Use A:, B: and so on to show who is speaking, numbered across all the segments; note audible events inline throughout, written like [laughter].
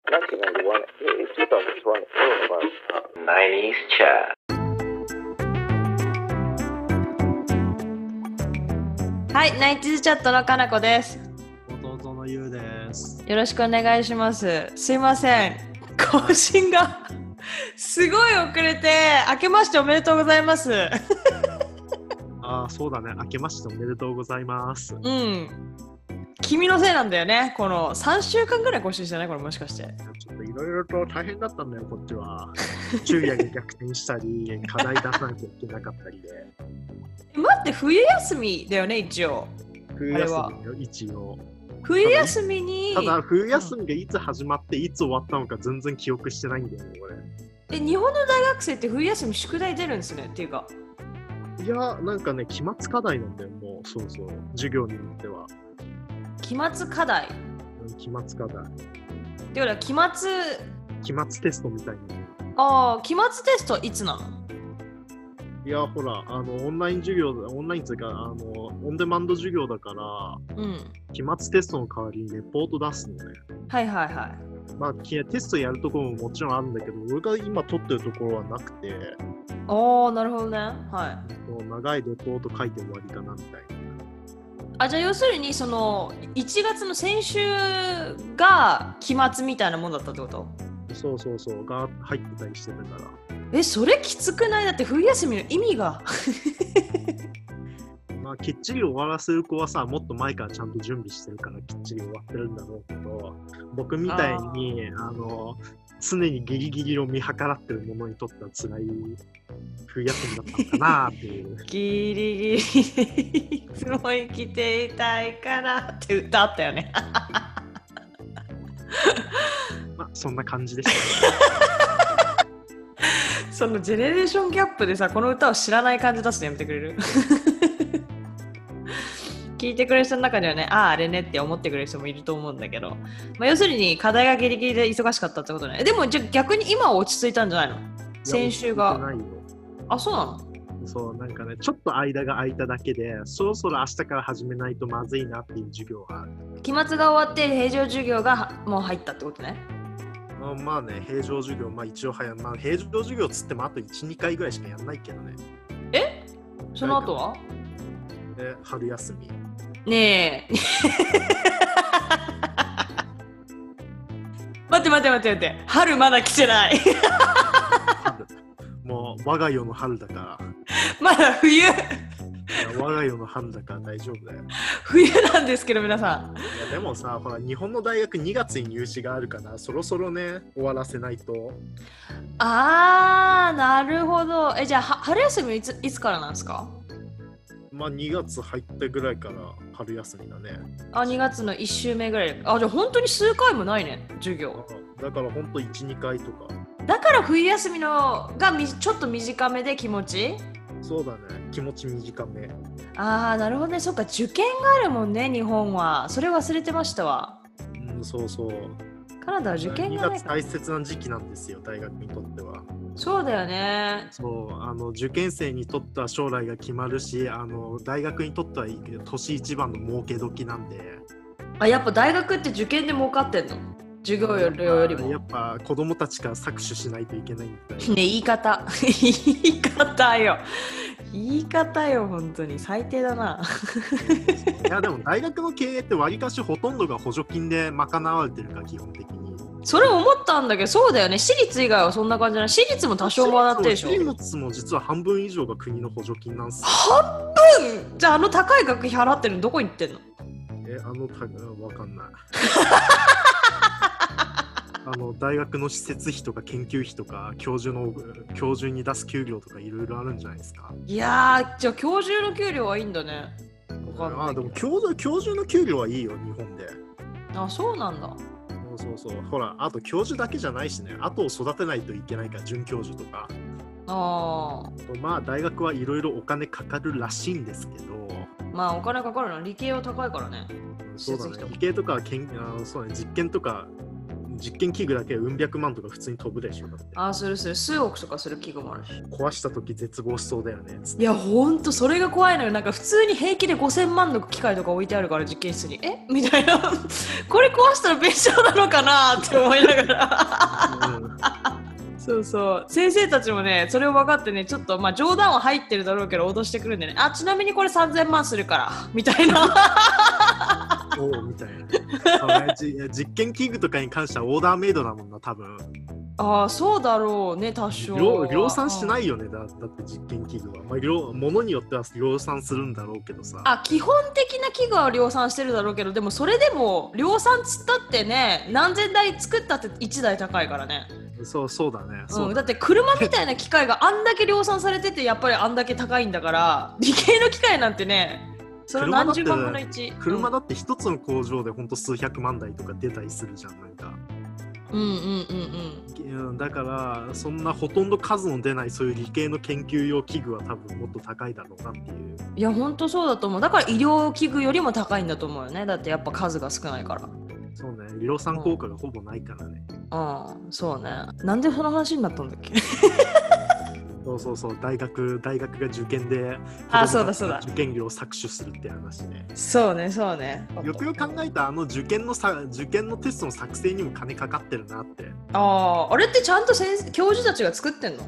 A: 1991 eh, 2001 all of us.
B: 90s chat.
C: はい、ナイティーズチャットのかなこです。
D: 弟のゆうです。
C: よろしくお願いします。すいません。更新が [laughs] すごい遅れて、明けましておめでとうございます。
D: ああ、そうだね。明けましておめでとうございます。
C: うん。君のせいなんだよね。この3週間ぐらい更新してないこれもしかして。
D: ちょっといろいろと大変だったんだよ、こっち [laughs] は。昼夜に逆転したり、課題出さなきゃいけなかったりで。
C: え待って、冬休みだよね、一応。
D: 冬休みよ、一応。
C: 冬休みに
D: た、だ、冬休みがいつ始まって、いつ終わったのか全然記憶してないんだよね、俺。
C: え日本の大学生って冬休み宿題出るんですね。っていうか、
D: いや、なんかね、期末課題なんだよ、もう。そうそう。授業によっては。
C: 期末課題。って
D: うん期末課題。
C: ことは、期末、
D: 期末テストみたいな。
C: ああ、期末テストはいつなの
D: いや、ほら、あの、オンライン授業、オンラインっていうか、あの、オンデマンド授業だから、
C: うん。
D: 期末テストの代わりにレポート出すのね。
C: はいはいはい。
D: まあ、きテストやるところももちろんあるんだけど、俺が今取ってるところはなくて、
C: ああなるほどねはい
D: もう長いレポート書いて終わりかなみたいな。
C: あじゃあ要するにその1月の先週が期末みたいなもんだったってこと
D: そうそうそう、が入ってたりしてたから。
C: えそれきつくないだって冬休みの意味が [laughs]
D: まあ、きっちり終わらせる子はさ、もっと前からちゃんと準備してるから、きっちり終わってるんだろうけど、僕みたいに、あの、常にギリギリを見計らってる者にとっては辛い冬休みだったのかなって
C: [laughs]
D: いう。
C: ギリギリい [laughs] つも生きていたいからって歌あったよね
D: まあ、そんな感じでした。
C: そのジェネレーションギャップでさこの歌を知らない感じ出すのやめてくれる [laughs] 聞いてくれる人の中にはねあああれねって思ってくれる人もいると思うんだけど、まあ、要するに課題がギリギリで忙しかったってことねでもじゃあ逆に今は落ち着いたんじゃないの先週
D: いや
C: が
D: 落ち着いてないよ
C: あそうなの
D: そう、なんかね、ちょっと間が空いただけで、そろそろ明日から始めないとまずいなっていう授業がある。
C: 期末が終わって平常授業がもう入ったってことね
D: まあ、まあね、平常授業、まあ一応早、まあ平常授業つってもあと1、2回ぐらいしかやんないけどね。
C: その後は
D: で、春休み。
C: ねえ [laughs] 待って待って待って待って春まだ来てない [laughs]
D: 春もう我が世の春だか
C: まだ冬
D: ら、いや [laughs] 我が世の春だから大丈夫だよ。
C: 冬なんですけど皆さん
D: いやでもさ、ほら、日本の大学2月に入試があるから、そろそろね、終わらせないと。
C: あーなるほどえじゃあは春休みはいついつからなんですか
D: まあ2月入ったぐらいから春休みだね。
C: あ2月の1週目ぐらいあじゃあ本当に数回もないね授業
D: だからほんと1、2回とか。
C: だから冬休みのがみちょっと短めで気持ち
D: そうだね、気持ち短め。
C: あーなるほどねそっか受験があるもんね日本はそれ忘れてましたわ
D: うん、そうそう。
C: カナダは受験がない
D: 2月
C: から
D: 大切な時期なんですよ、大学にとっては。
C: そうだよね
D: そう、あの受験生にとっては将来が決まるし、あの大学にとってはいいけど、年一番の儲け時なんで。
C: あやっぱ大学って受験で儲かってんの授業よりも
D: や
C: ね
D: っぱ子供たちから搾取しないといけないみ
C: [laughs]
D: たいな。
C: 言い方言い方よ言い方よ本当に最低だない [laughs]
D: や、でも大学の経営って割りかしほとんどが補助金で賄われてるから、基本的に。
C: それ思ったんだけどそうだよね私立以外はそんな感じじゃない私立も多少はなってるでしょ
D: 私立も私立も実は半分以上が国の補助金なんですよ。
C: 半分じゃああの高い学費払ってるのどこ行ってんの
D: え、あの、たわか [laughs] んない。あの大学の施設費とか研究費とか教授の教授に出す給料とかいろいろあるんじゃないですか。
C: いやーじゃあ教授の給料はいいんだねわかんない
D: ああでも教授教授の給料はいいよ日本で。
C: あそうなんだ
D: そうそうそう。ほらあと教授だけじゃないしね。後を育てないといけないから准教授とか。
C: あ
D: まあ大学はいろいろお金かかるらしいんですけど。
C: ーまあお金かかるの理系は高いからね
D: そうだ
C: 施設費と
D: ね
C: か。
D: 理系とか研あのそう、ね、実験とか実験器具だけうん百万とか普通に飛ぶでしょだって
C: ああ、するする。数億とかする器具もあるし。
D: 壊した時絶望しそうだよねつって
C: いや、ほんと、それが怖いのよ。なんか普通に平気で5000万の機械とか置いてあるから、実験室に。えみたいな。 [laughs] これ壊したら弁償なのかなって思いながら。 [laughs]
D: うん
C: そうそう先生たちもねそれを分かってねちょっとまあ冗談は入ってるだろうけど脅してくるんでねあちなみにこれ3000万するからみたいな [laughs]
D: おうみたいなあれじいや実験器具とかに関してはオーダーメイドだもんな多分
C: ああそうだろうね多少
D: 量量産しないいよねだだって実験器具は、まあ、量ものによっては量産するんだろうけどさ
C: あ基本的な器具は量産してるだろうけどでもそれでも量産つったってね何千台作ったって1台高いからね
D: そうそうだね
C: う
D: そ
C: ん、
D: う
C: だ
D: だ
C: って車みたいな機械があんだけ量産されててやっぱりあんだけ高いんだ
D: [laughs]
C: から理系の機械なんてねそれ何十万分の1
D: 車だって一つの工場でほんと数百万台とか出たりするじゃんなんか
C: うんうんうんうん
D: うんだからそんなほとんど数の出ないそういう理系の研究用器具は多分もっと高いだろうなっていう
C: いや本当そうだと思うだから医療器具よりも高いんだと思うよねだってやっぱ数が少ないか
D: そうね量産効果がほぼないからね、
C: らうんそうねなんでその話になったんだっ
D: [laughs]
C: け
D: そうそうそう大学大学が受験で
C: あ
D: 子供たち
C: そうだ
D: の
C: そうだ
D: 受験料を搾取するって話ね
C: そうねそうね
D: よくよく考えたあの受験のさ受験のテストの作成にも金かかってるなって
C: あああれってちゃんと先生教授たちが作ってんの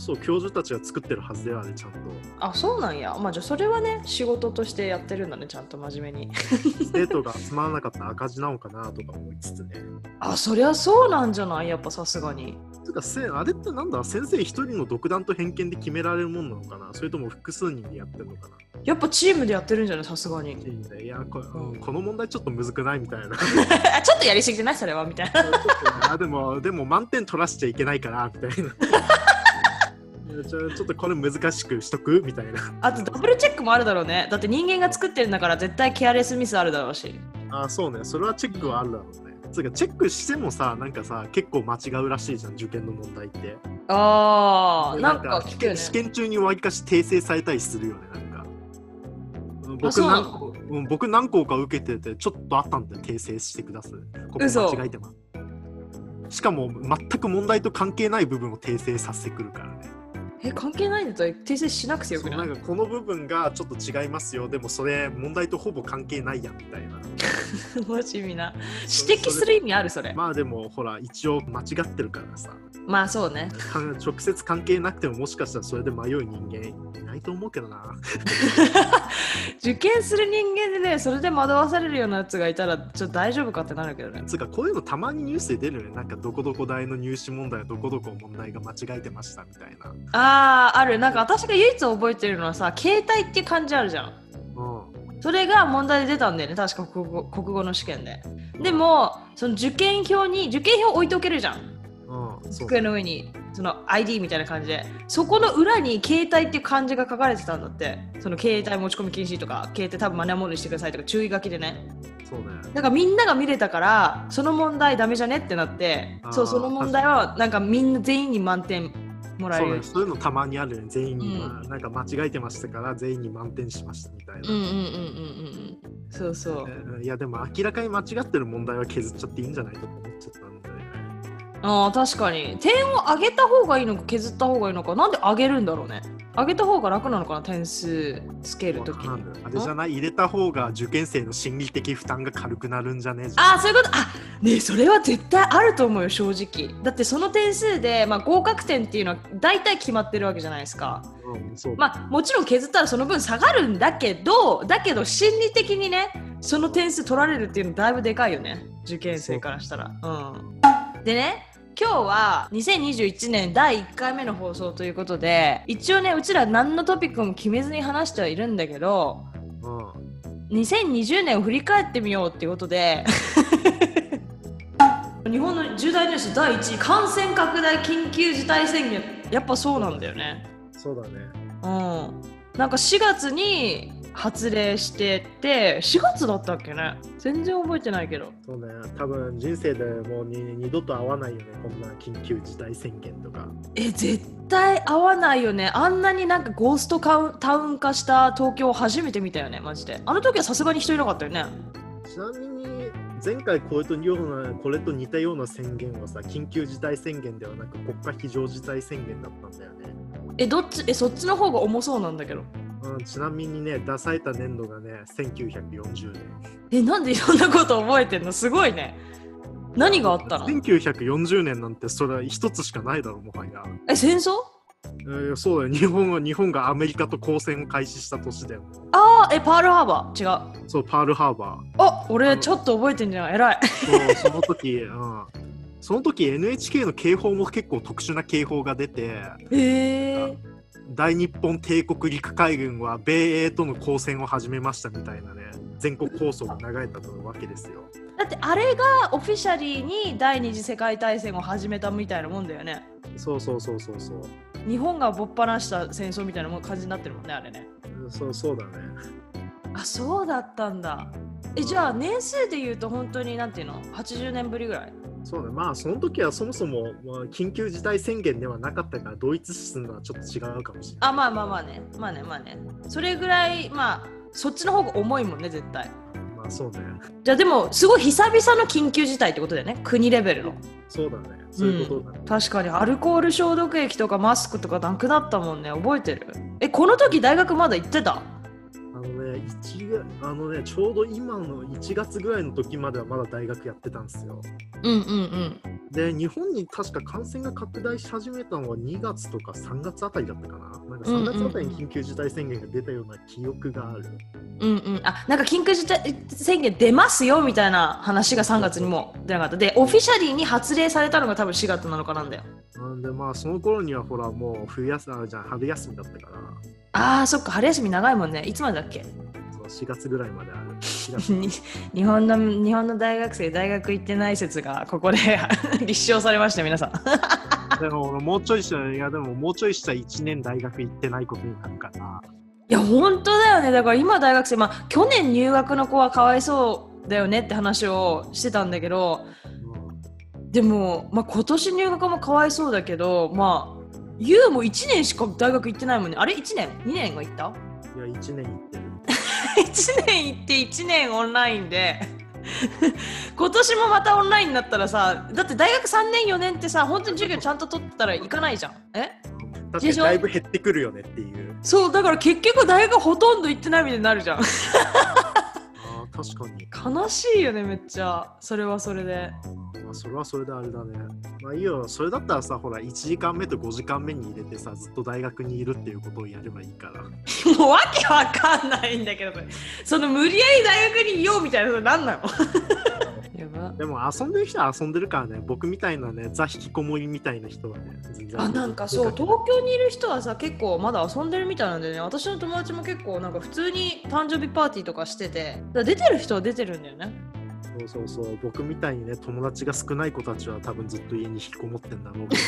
D: そう教授たちが作ってるはずではねちゃんと
C: あそうなんやまあじゃあそれはね仕事としてやってるんだねちゃんと真面目に [laughs]
D: 生徒が集まらなかったら赤字なのかなとか思いつつね
C: あそりゃそうなんじゃないやっぱさすがに
D: てかせあれってなんだ先生一人の独断と偏見で決められるもんなのかなそれとも複数人でやってるのかな
C: やっぱチームでやってるんじゃないさすがに
D: いやこ,、
C: うん
D: この問題ちょっとむずくないみたいな
C: [laughs] あちょっとやりすぎてないそれはみたいな
D: あでもでも満点取らしちゃいけないからみたいないやちょちょっとこれ難しくしとくみたいな
C: [laughs] あとダブルチェックもあるだろうねだって人間が作ってるんだから絶対ケアレスミスあるだろうし
D: あそうねそれはチェックはあるだろうねつうかチェックしてもさなんかさ結構間違うらしいじゃん受験の問題って
C: ああ、
D: で
C: なんか聞くよね。
D: 試験中にわりかし訂正されたりするよねなんか僕
C: そうな
D: 何
C: の
D: 個うん僕何校か受けててちょっとあったんで訂正してくださいここ
C: 嘘
D: 間違えてますしかも全く問題と関係ない部分を訂正させてくるからね
C: え、関係ないんだったら訂正しなくてよ
D: そ
C: く
D: う
C: な
D: ないんかこの部分がちょっと違いますよでもそれ問題とほぼ関係ないやみたいな
C: 楽しみな。
D: そ
C: 指摘する意味あるそれ。ま
D: まあでもほら一応間違ってるからさ
C: あそうね。
D: か直接関係なくてももしかしたらそれで迷う人間いないと思うけどな。
C: 受験する人間でね、それで惑わされるようなやつがいたら、ちょっと大丈夫かってなるけどね。
D: つうかこういうのたまにニュースで出るよね。なんかどこどこ大の入試問題はどこどこ問題が間違えてましたみたいな。
C: ああ、ある。なんか私が唯一覚えてるのはさ、携帯って感じあるじゃん。
D: う
C: それが問題で出たんだよね、確か国語国語の試験で。でも、その受験票に、受験票置いておけるじゃん。
D: ん。うん。そう
C: 机の上にその ID みたいな感じでそこの裏に携帯っていう漢字が書かれてたんだってその携帯持ち込み禁止とか携帯多分マナーモードにしてくださいとか注意書きでね
D: そうね。
C: だからみんなが見れたからその問題ダメじゃねってなって
D: あー
C: そうその問題はなんかみんな全員に満点もらえ
D: そ
C: るよ
D: う
C: う
D: ね。
C: に
D: そういうのたまにあるよね。全員に、
C: うん
D: まあなんか間違えてましたから全員に満点しましたみたいな。
C: うんうんうんうんうんうんそうそう
D: えーいやでも明らかに間違ってる問題は削っちゃっていいんじゃないとか思っちゃったので、
C: あー確かに点を上げた方がいいのか削った方がいいのかなんで上げるんだろうね上げた方が楽なのかな点数つけるとき
D: わか
C: に
D: んないあれじゃない入れた方が受験生の心理的負担が軽くなるんじゃねえじゃん
C: ああそういうことあねえそれは絶対あると思うよ正直だってその点数で、まあ、合格点っていうのは大体決まってるわけじゃないですか
D: うん、そう
C: まあもちろん削ったらその分下がるんだけどだけど心理的にねその点数取られるっていうのだいぶでかいよね受験生からしたらうんでね今日は2021年第1回目の放送ということで一応ねうちら何のトピックも決めずに話してはいるんだけど
D: うん
C: 2020年を振り返ってみようっていうことで [laughs] 日本の重大ニュース第1位感染拡大緊急事態宣言やっぱそうなんだよね
D: そうだね。
C: うんなんか4月に発令してて4月だったっけね全然覚えてないけど
D: そうね。多分人生でもうに二度と会わないよね。こんな緊急事態宣言とか。
C: え絶対合わないよねあんなになんかゴーストカウンタウン化した東京初めて見たよねマジであの時はさすがに人いなかったよね
D: ちなみに前回これとようなこれと似たような宣言はさ緊急事態宣言ではなく国家非常事態宣言だったんだよね、
C: えどっちえそっちの方が重そうなんだけど
D: うん、ちなみにね出された年度がね1940年
C: えなんでいろんなこと覚えてんのすごいね何があったの
D: 1940年なんてそれは一つしかないだろうもはや、
C: え戦争
D: えーそうだよ日本は日本がアメリカと交戦を開始した年だよ
C: ああえパールハーバー違う
D: そうパールハーバ
C: あ
D: あ
C: 俺
D: の
C: ちょっと覚えてんじゃん偉い
D: ーそうその時、うん、その時 NHK の警報も結構特殊な警報が出て
C: へ [laughs] え
D: 大日本帝国陸海軍は米英との交戦を始めましたみたいなね全国放送が流れたとわけですよ
C: だってあれがオフィシャリーに第二次世界大戦を始めたみたいなもんだよね
D: そうそうそうそうそう
C: 日本がぼっぱなした戦争みたいなもん感じになってるもんねあれね
D: うんそうそうだね
C: あそうだったんだえじゃあ年数で言うと本当になんていうの80年ぶりぐらい
D: そうだまあその時はそもそも、まあ、緊急事態宣言ではなかったから同一視するのはちょっと違うかもしれない
C: あまあまあまあねまあねまあねそれぐらいまあそっちの方が重いもんね絶対
D: まあそうね
C: じゃあでもすごい久々の緊急事態ってことだよね国レベルの
D: そうだねそういうことだね、
C: 確かにアルコール消毒液とかマスクとかなくなったもんね覚えてるえこの時大学まだ行ってた
D: あのね1月あのねちょうど今の1月ぐらいの時まではまだ大学やってたんですよ
C: うんうんうん
D: で日本に確か感染が拡大し始めたのは2月とか3月あたりだったかななんか3月あたりに緊急事態宣言が出たような記憶がある、
C: うんうんあなんか緊急事態宣言出ますよみたいな話が3月にも出なかったでオフィシャリーに発令されたのが多分4月なのかなんだよ
D: なんでまあその頃にはほらもう冬休みあじゃん春休みだったから
C: あーそっか春休み長いもんねいつまでだっけ
D: そう4月ぐらいまである4月 [laughs]
C: に [laughs] 日本の日本の大学生大学行ってない説がここで [laughs] 立証されました皆さん
D: でも俺もうちょいしたらいやでももうちょいしたら1年大学行ってないことになるから
C: いや本当だよねだから今大学生まあ去年入学の子はかわいそうだよねって話をしてたんだけどでも、まあ、今年入学もかわいそうだけどまあユウも1年しか大学行ってないもんねあれ1年2年が行 [laughs] った
D: うん、いや1年
C: [laughs]
D: 行ってる
C: ?1 年行って1年オンラインで [laughs] 今年もまたオンラインになったらさだって大学3年4年ってさ本当に授業ちゃんと取ってたら行かないじゃんえ
D: 確
C: でしょ
D: ぶ減ってくるよねっていう
C: そうだから結局大学ほとんど行ってないみたいになるじゃん
D: あー確かに、
C: 悲しいよねめっちゃそれはそれで
D: まあ、それはそれであれだねまあいいよそれだったらさほら1時間目と5時間目に入れてさずっと大学にいるっていうことをやればいいから
C: もうわけわかんないんだけどそれその無理やり大学にいようみたいなそれ何なの [laughs] やば
D: でも遊んでる人は遊んでるからね僕みたいなねザ引きこもりみたいな人はね全然
C: あなんかそう東京にいる人はさ結構まだ遊んでるみたいなんでね私の友達も結構なんか普通に誕生日パーティーとかしててだから出てる人は出てるんだよね
D: そうそうそう僕みたいにね友達が少ない子たちは多分ずっと家に引きこもってんだろうけど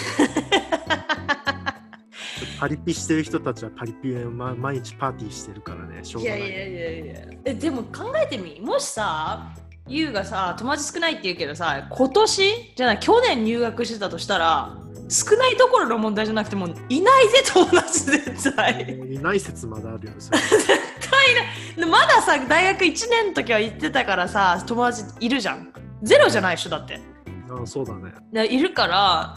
D: パリピしてる人たちはパリピ、ま、毎日パーティーしてるからねしょう
C: い
D: がな
C: や
D: い
C: いやいやいやえでも考えてみもしさ優がさ友達少ないって言うけどさ今年じゃない去年入学してたとしたら少ないどころの問題じゃなくてもういないぜ友達絶対
D: もういない説まであるよねそれ
C: でまださ大学1年の時は行ってたからさ友達いるじゃんゼロじゃないでしょだって
D: あそうだね
C: でいるから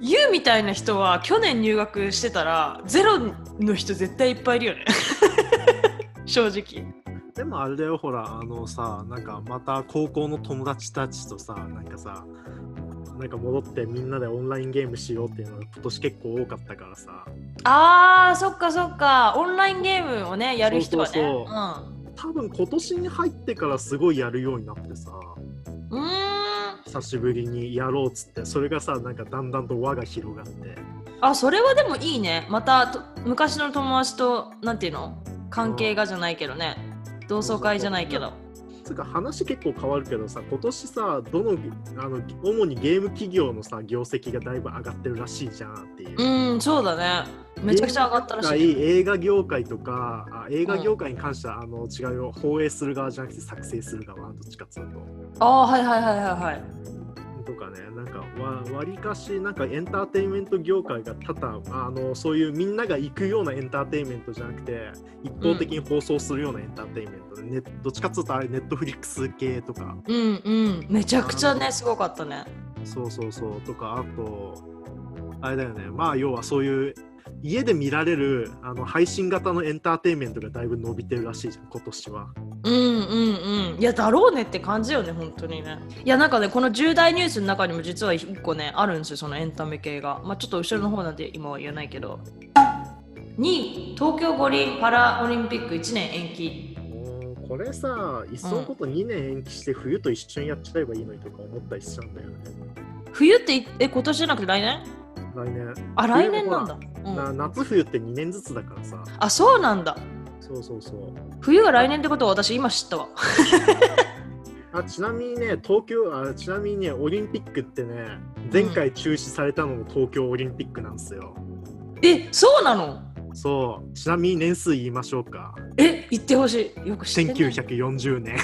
C: 優みたいな人は去年入学してたらゼロの人絶対いっぱいいるよね [laughs] 正直
D: でもあれだよほらあのさなんかまた高校の友達たちとさなんかさなんか戻ってみんなでオンラインゲームしようっていうのが今年結構多かったからさ
C: あーそっかそっかオンラインゲームをねやる人はね
D: そうそうそ
C: うん
D: 多分今年に入ってからすごいやるようになってさ
C: うーん
D: 久しぶりにやろうっつってそれがさなんかだんだんと輪が広がって
C: あそれはでもいいねまたと昔の友達となんていうの関係がじゃないけどね同窓会じゃないけど
D: つうか話結構変わるけどさ今年さどのあの主にゲーム企業のさ業績がだいぶ上がってるらしいじゃんっていう
C: う。ーんそうだねめちゃくちゃ上がったらしい、
D: い映画業界とかあ映画業界に関しては、あの違うよ放映する側じゃなくて作成する側どっちかっつう
C: あ
D: と
C: あはいはいはいはいはい
D: とかね、なんかわ割かしなんかエンターテインメント業界が多々あのそういうみんなが行くようなエンターテインメントじゃなくて一方的に放送するようなエンターテインメントで、ねどっちかっつうとあれネットフリックス系とか
C: うんうんめちゃくちゃねすごかったね
D: そうそうそうとかあとあれだよねまあ要はそういう家で見られるあの配信型のエンターテインメントがだいぶ伸びてるらしいじゃん今年は。
C: うんうんうんいやだろうねって感じよね本当にねいやなんかねこの重大ニュースの中にも実は一個ねあるんですよそのエンタメ系がまあちょっと後ろの方なんで今は言えないけど2位東京五輪パラオリンピック1年延期
D: もうこれさいっそのこと2年延期して冬と一緒にやっちゃえばいいのにとか思ったりしちゃうんだよね。
C: 冬っていえ今年じゃなくて来年
D: 来年、
C: あ来年なんだ、う、
D: なん夏冬って2年ずつだからさ
C: あそうなんだ
D: そうそうそう
C: 冬が来年ってことは私今知ったわ
D: あちなみにね東京あちなみにねオリンピックってね前回中止されたのも東京オリンピックなんですよ、
C: えそうなの
D: そうちなみに年数言いましょうか
C: え言ってほしいよく知ってんね
D: 1940年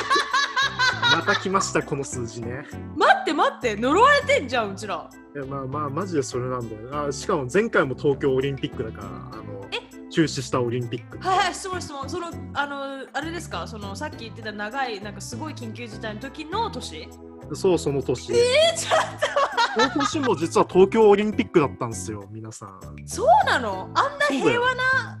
C: [laughs]
D: また来ましたこの数字ね
C: 待って待って呪われてんじゃんうちら
D: いやまあまあマジでそれなんだよあしかも前回も東京オリンピックだからあの中止したオリンピック
C: はいはい質問質問そのあのあれですかそのさっき言ってた長いなんかすごい緊急事態の時の年
D: そうその年
C: えちょ
D: この年も実は東京オリンピックだったんですよ皆さん
C: そうなのあんな平和な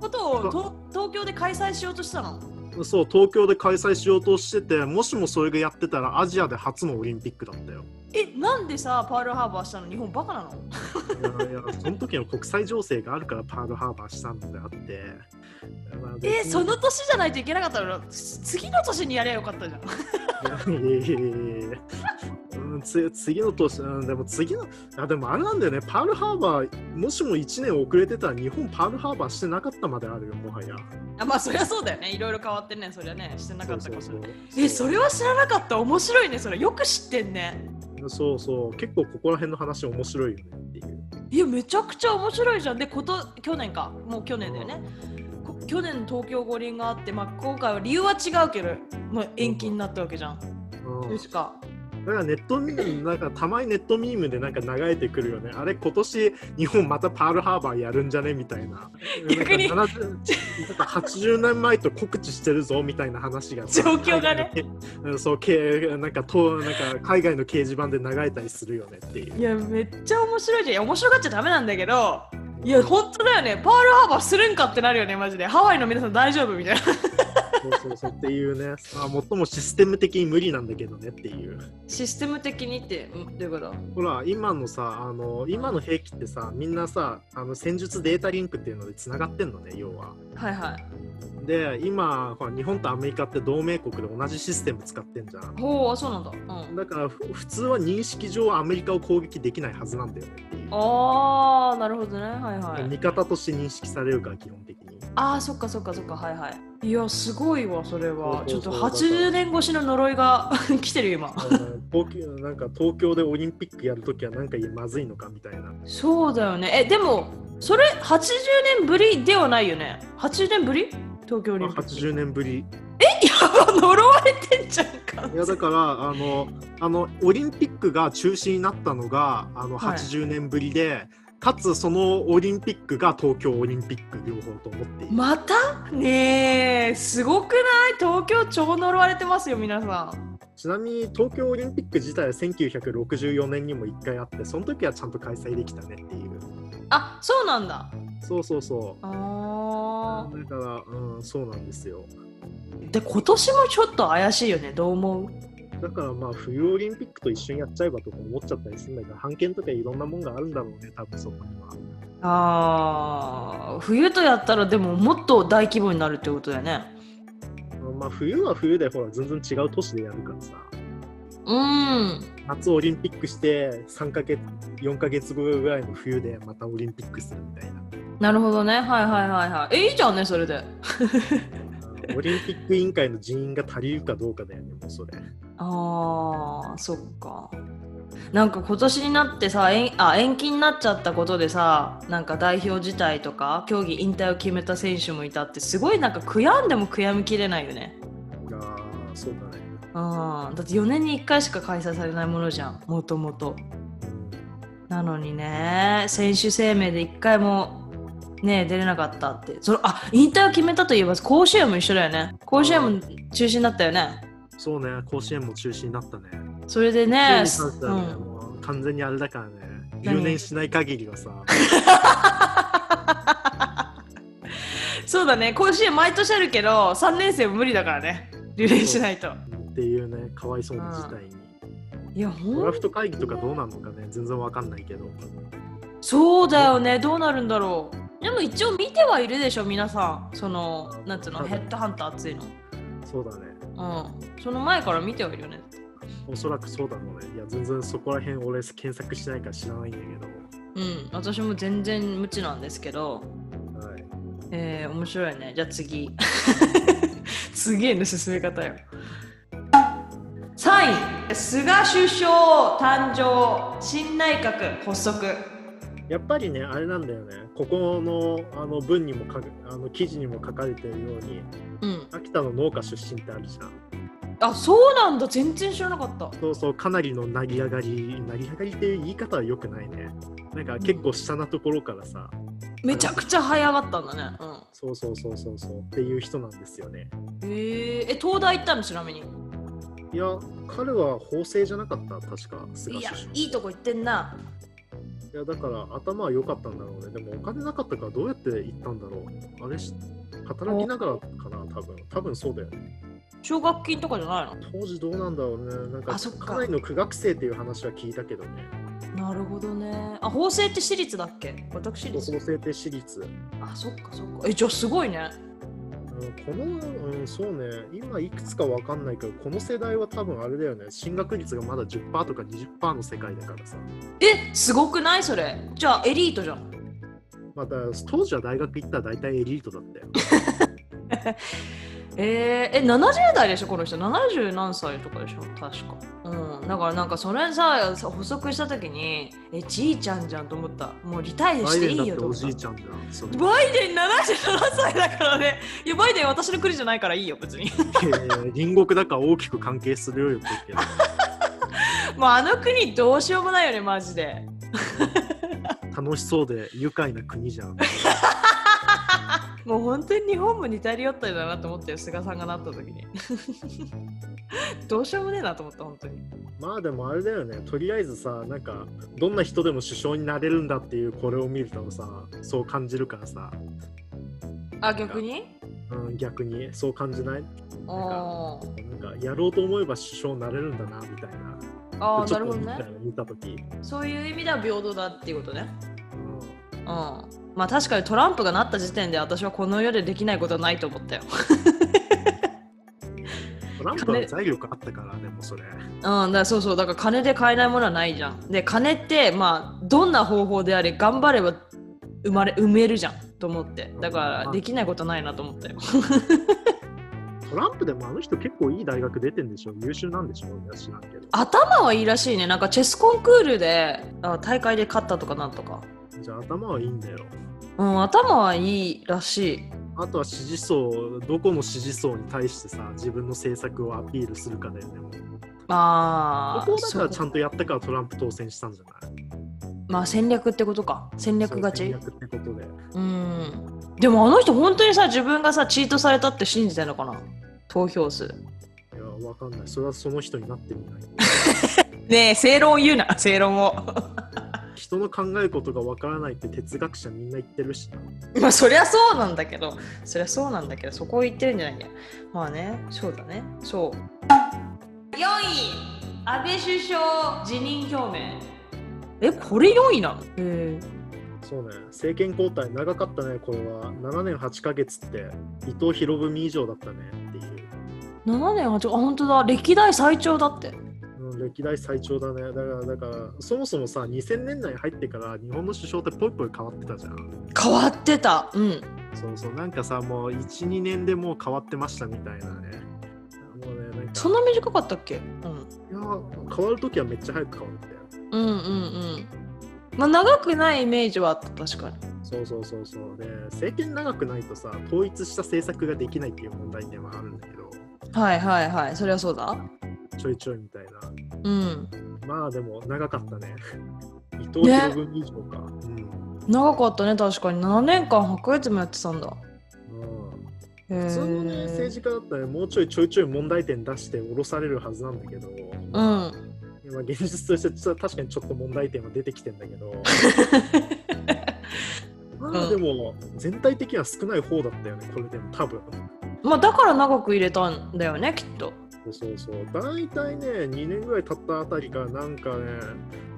C: ことをと東京で開催しようとしたの
D: そう東京で開催しようとしててもしもそれがやってたらアジアで初のオリンピックだったよ
C: えなんでさパールハーバーしたの日本バカなの
D: いやいや
C: [laughs]
D: その時の国際情勢があるからパールハーバーしたのであってまあ別に
C: えその年じゃないといけなかったの次の年にやりゃよかったじゃん
D: いやいやいやいやいやうんつ次の年、うん、でも次のあでもあれなんだよねパールハーバーもしも1年遅れてたら日本パールハーバーしてなかったまであるよもはや
C: あ [laughs] まあそりゃそうだよねいろいろ変わってねそりゃねしてなかったかもしれない
D: そう
C: えそれは知らなかった面白いねそれよく知ってんね
D: そうそう結構ここら辺の話面白いよねっていう
C: いやめちゃくちゃ面白いじゃんでこと去年かもう去年だよね、こ去年の東京五輪があって、まあ、今回は理由は違うけど、まあ、延期になったわけじゃん、
D: うん
C: 確か
D: だからネットミーム、なんかたまにネットミームでなんか流れてくるよね。あれ、今年日本またパールハーバーやるんじゃねみたいな。
C: [laughs] 逆に
D: なんか70なんか80年前と告知してるぞみたいな話が。
C: 状況がね。
D: うん、 [laughs] そう、けなんかとなんか海外の掲示板で流れたりするよねっていう。
C: いやめっちゃ面白いじゃんいや面白がっちゃダメなんだけどいや本当だよねパールハーバーするんかってなるよねマジでハワイの皆さん大丈夫みたいな
D: そうそうそうっていうね。まあ、最もシステム的に無理なんだけどねっていう。
C: システム的にってうんどういうこと
D: ほら、今のさ、あの、今の兵器ってさ、みんなさ、あの戦術データリンクっていうので繋がってんのね、要は。
C: はいは
D: で今ほら日本とアメリカって同盟国で同じシステム使ってんじゃ
C: い
D: ん
C: ほうそうなんだ、うん、
D: だからふ普通は認識上アメリカを攻撃できないはずなんだよねっていう、
C: あーなるほどねはいはい
D: 味方として認識されるから基本的に
C: あーそっかそっかそっかはいはいいやすごいわそれはち
D: そ
C: ょっ
D: うそ
C: と
D: うそう
C: 80年越しの呪いが [laughs] 来てるよ今
D: あの東京なんか [laughs] 東京でオリンピックやるときはなんかまずいのかみたいな
C: そうだよねえでもそれ80年ぶりではないよね80年ぶり東京オリ
D: ま
C: ン
D: あ
C: ピック
D: 80年ぶり
C: [laughs] やば呪われてんじゃんか
D: いやだからあのあのオリンピックが中止になったのがあの
C: はい
D: 80年ぶりで、かつそのオリンピックが東京オリンピック両方と思っている
C: またねえすごくない東京超呪われてますよ皆さん
D: ちなみに東京オリンピック自体は1964年にも1回あってその時はちゃんと開催できたねっていう
C: あそうなんだ
D: そうそうそ
C: あ
D: うだから、うん、そうなんですよ
C: ーで今年もちょっと怪しいよねどう思う
D: だからまあ冬オリンピックと一緒にやっちゃえばとか思っちゃったりするんだけど判権とかいろんなもんがあるんだろうね多分そこには
C: あー冬とやったらでももっと大規模になるってことだよね
D: うんまあ冬は冬でほら全然違う都市でやるからさ
C: うん
D: 夏オリンピックして3ヶ月4ヶ月後ぐらいの冬でまたオリンピックするみたいな
C: なるほどねはいはいはいはいえいいじゃんねそれで
D: オリンピック委員会の人員が足りるかどうかだよねもうそれ
C: あーそっかなんか今年になってさ延あ延期になっちゃったことでさなんか代表辞退とか競技引退を決めた選手もいたってすごいなんか悔やんでも悔やみきれないよね
D: ああそうだね
C: あーだって4年に1回しか開催されないものじゃんもともとなのにね選手生命で1回もね出れなかったってそれあ引退を決めたといえば甲子園も一緒だよね甲子園も中止になったよね
D: そうね、甲子園も中止になったね。
C: それでね
D: 甲子園に関してはね
C: うん
D: もう完全にあれだからね、
C: 何
D: 留年しない限りはさ、
C: そうだね甲子園毎年あるけど3年生も無理だからね留年しないと
D: っていうね、かわいそうな事態に。
C: いやほん
D: ドラフト会議とかどうなるのかね、全然わかんないけど。
C: そうだよねどうなるんだろうでも一応見てはいるでしょ皆さんそのなんつうのヘッドハンター熱いの
D: そうだね。
C: うんその前から見てはいるよね
D: おそらくそうだろうね。いや、全然そこら辺俺検索しないから知らないんだけ
C: うん私も全然無知なんですけど
D: ど。はい。
C: えー、面白いねじゃあ [laughs] 次すげえね進め方よ3位菅首相誕生新内閣発足
D: やっぱりね、あれなんだよね。ここのあの文にも書くあの記事にも書かれているように、
C: うん
D: 秋田の農家出身ってあるじゃん。
C: あそうなんだ全然知らなかった
D: そうそう、かなりの成り上がり、成り上がりっていう言い方は良くないね。なんか結構下なところからさ、
C: めちゃくちゃ早かったんだねうん
D: そうそうそうそうそうっていう人なんですよね。
C: えー、え東大行ったのちなみに
D: いや、彼は法政じゃなかった、確か、菅
C: いや
D: 首相。
C: いいとこ行ってんない
D: やだから頭は良かったんだろうね。でもお金なかったからどうやって行ったんだろう。あれし、働きながらかな、多分。多分そうだよね。
C: 奨学金とかじゃない
D: 当時どうなんだろうね。なんか、
C: あそっか
D: かなりの苦学生っていう話は聞いたけどね。
C: のなるほどねあ法政って私立だっけ私
D: 法
C: 立
D: 政って私立。うん
C: あそっかそっかえじゃあすごいね
D: この、うん、そうね、今いくつかわかんないけど、この世代は多分あれだよね。進学率がまだ10%とか20%の世界だからさ。
C: えすごくないそれじゃあエリートじゃん
D: また、当時は大学行ったら大体エリートだったよ。
C: えー、え70代でしょこの人70何歳とかでしょ確かうんだからなんかそれささ補足した時にえじいちゃんじゃんと思ったもうリタイア
D: バ
C: し
D: イ
C: て
D: デ
C: い
D: ンだ
C: い
D: って
C: よと
D: お
C: 思った
D: じいちゃんじゃん。それ
C: バイデン77歳だからねいやバイデン私の国じゃないからいいよ別に [laughs]
D: いやいや隣国だから大きく関係するよよって言ってる
C: もうあの国どうしようもないよねマジで
D: 楽しそうで愉快な国じゃん。
C: もう本当に日本も似たり寄ったりだなと思ったよ菅さんがなった時に [laughs] どうしようもねえなと思った本当に
D: まあでもあれだよね、とりあえずさ、なんか、どんな人でも首相になれるんだっていうこれを見るとさ、そう感じるからさ、
C: あ逆に
D: うん、逆にそう感じない
C: あー
D: なんか、やろうと思えば首相になれるんだな、みたいな。
C: あー
D: でち
C: な
D: ょっ
C: るほ
D: と
C: ど
D: みたい
C: ね
D: なの見たとき、うん
C: そういう意味では平等だっていうことねうんまあ確かにトランプがなった時点で私はこの世でできないことはないと思ったよ。
D: トランプは財力あったから、でもそれ。
C: うん、だからそうそうだから金で買えないものはないじゃん。で金ってまあどんな方法であれ頑張れば生まれ埋めるじゃんと思ってだからできないことないなと思ったよ。 [laughs]
D: トランプでもあの人結構いい大学出てんでしょ優秀なんでしょいや知らんけど。
C: 頭はいいらしいねなんかチェスコンクールであ大会で勝ったとかなんとか、
D: じゃあ頭はいいんだよ。
C: うん、頭はいいらしい。
D: あとは支持層、どこの支持層に対してさ、自分の政策をアピールするかだよね。もう
C: まあ
D: ここだからちゃ
C: そうん
D: とやったからトランプ当選したんじゃない
C: まあ戦略ってことか戦略勝
D: そう
C: ち
D: 戦。略ってことで。
C: うんでもあの人本当にさ自分がさチートされたって信じてんのかな投票数
D: いや、わかんない。それはその人になってみない。
C: ねえ正論言うな [laughs] 正論を
D: 人の考えることがわからないって哲学者みんな言ってるしな。
C: まあそりゃそうなんだけどそりゃそうなんだけどそこを言ってるんじゃないんだよまあねそうだねそう4位安倍首相辞任表明えこれ4位なのへ
D: そうね。政権交代長かったね、これは。7年8ヶ月って、伊藤博文以上だったねっていう。
C: え7年8あ本当だ歴代最長だって
D: うん、歴代最長だね。だから、だから、そもそもさ、2000年代に入ってから日本の首相ってぽいぽい変わってたじゃん。
C: 変わってたうん
D: そうそう、なんかさ、もう1、2年でもう変わってましたみたいなね。もうね、なんか
C: そんな短かったっけうん
D: いや変わるときはめっちゃ早く変わったよ。
C: うんうんうんまあ長くないイメージはあった確かに
D: そうそうそうそう。で、政権長くないとさ、統一した政策ができないっていう問題点はあるんだけど、
C: はいはいはいそれはそうだ
D: ちょいちょいみたいな。
C: うん。
D: まあでも長かった [laughs] ね。伊藤博文以上か。
C: 長かったね、確かに。7年間8ヶ月もやってたんだ。
D: うんうん
C: へー
D: 普通のね、政治家だったらもうちょいちょいちょい問題点出して下ろされるはずなんだけど、
C: う
D: ま
C: ん。
D: あ現実として実は確かにちょっと問題点は出てきてんだ [laughs] けど、まあでも全体的には少ない方だったよね、これでも多分。
C: まあだから長く入れたんだよね、きっと。
D: そうそう。大体ね、2年ぐらい経ったあたりからなんかね、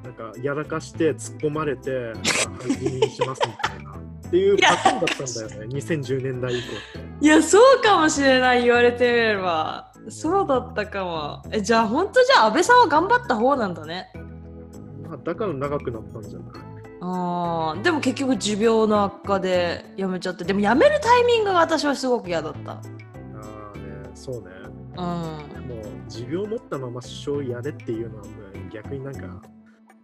D: なんかやらかして突っ込まれて、なんか辞任しますみたい
C: [laughs]
D: な。っていうパターンだったんだよね、2010年代以降って。
C: いや、そうかもしれない、言われてみれば。そうだったかも。え、じゃあ本当じゃあ安倍さんは頑張った方なんだね。
D: まあ、だから長くなったんじゃない
C: あーでも結局持病の悪化で辞めちゃってでも辞めるタイミングが私はすごく嫌だった
D: ああね、そうね。
C: うん
D: もう持病持ったまま首相やれっていうのはもう逆になんか、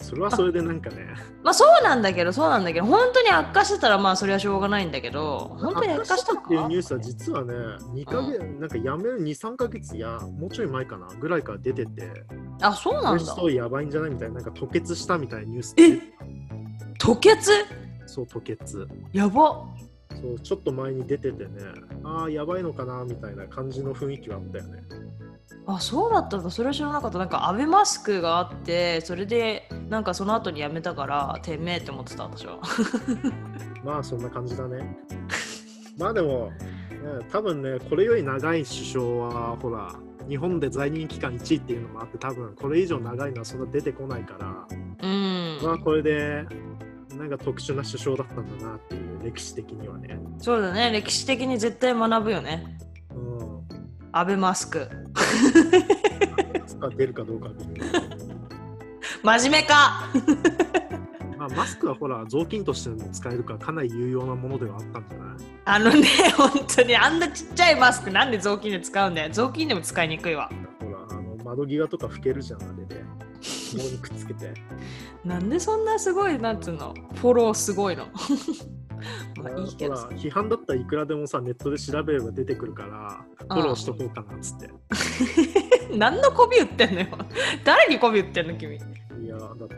D: それはそれでなんかね、
C: まあそうなんだけどそうなんだけど本当に悪化してたらまあそれはしょうがないんだけど本当に悪化したの
D: っ
C: か
D: ていうニュースは実はね、2ヶ月、なんか辞める2、3ヶ月いや、もうちょい前かな、ぐらいから出てて、
C: あそうな
D: こ
C: ん
D: れ
C: だ
D: 人やばいんじゃないみたいな、なんか吐血したみたいなニュース
C: え吐血
D: そう、吐血。
C: やば
D: そう、ちょっと前に出ててね、ああ、やばいのかなみたいな感じの雰囲気はあったよね。
C: あそうだったんだそれは知らなかったなんか安倍マスクがあってそれでなんかその後に辞めたからてめえって思ってた私は
D: まあそんな感じ
C: [laughs]
D: だね。まあでも、ね、多分ね、これより長い首相は、ほら、日本で在任期間1位っていうのもあって、多分これ以上長いのはそんな出てこないから、
C: うん
D: まあこれで、なんか特殊な首相だったんだなっていう、歴史的にはね。
C: そうだね歴史的に絶対学ぶよね
D: うん。
C: 安倍マスク
D: 使って出るかどうかは微妙だけど
C: 真面目か
D: まあマスクはほら、雑巾としても使えるから、かなり有用なものではあったんじゃない
C: あのね、本当にあんなちっちゃいマスクなんで雑巾で使うんだよ。雑巾でも使いにくいわ。
D: ほら、あの窓際とか拭けるじゃん、あれで。棒にくっつけて。
C: なんでそんなすごい、なんつうの、フォローすご [laughs] いの。 [laughs] まあいいけど
D: ほら
C: さ。
D: 批判だったらいくらでもさネットで調べれば出てくるから
C: うん
D: フォローしとこうかなっつって、
C: [laughs] 何の媚び売ってんのよ。 [laughs] 誰に媚び売ってんの君。
D: いやだって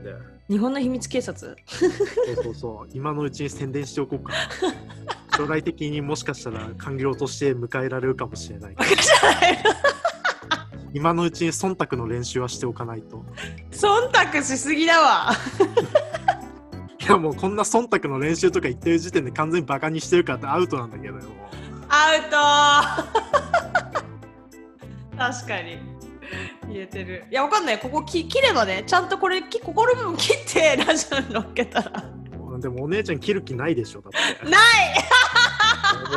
C: 日本の秘密警察 [laughs]
D: そうそうそう今のうちに宣伝しておこうか
C: [laughs]
D: な将来的にもしかしたら官僚として迎えられるかもしれないから今のうちに忖度の練習はしておかないと
C: 忖度しすぎだわ。
D: いやもうこんな忖度の練習とか言ってる時点で完全にバカにしてるからってアウトなんだけどよ
C: アウト [laughs] 確かに言えてるいやわかんないここき切ればねちゃんとこれきここの部分切って [laughs] ラジオに乗っけたら
D: でもお姉ちゃん切る気ないでしょだって
C: な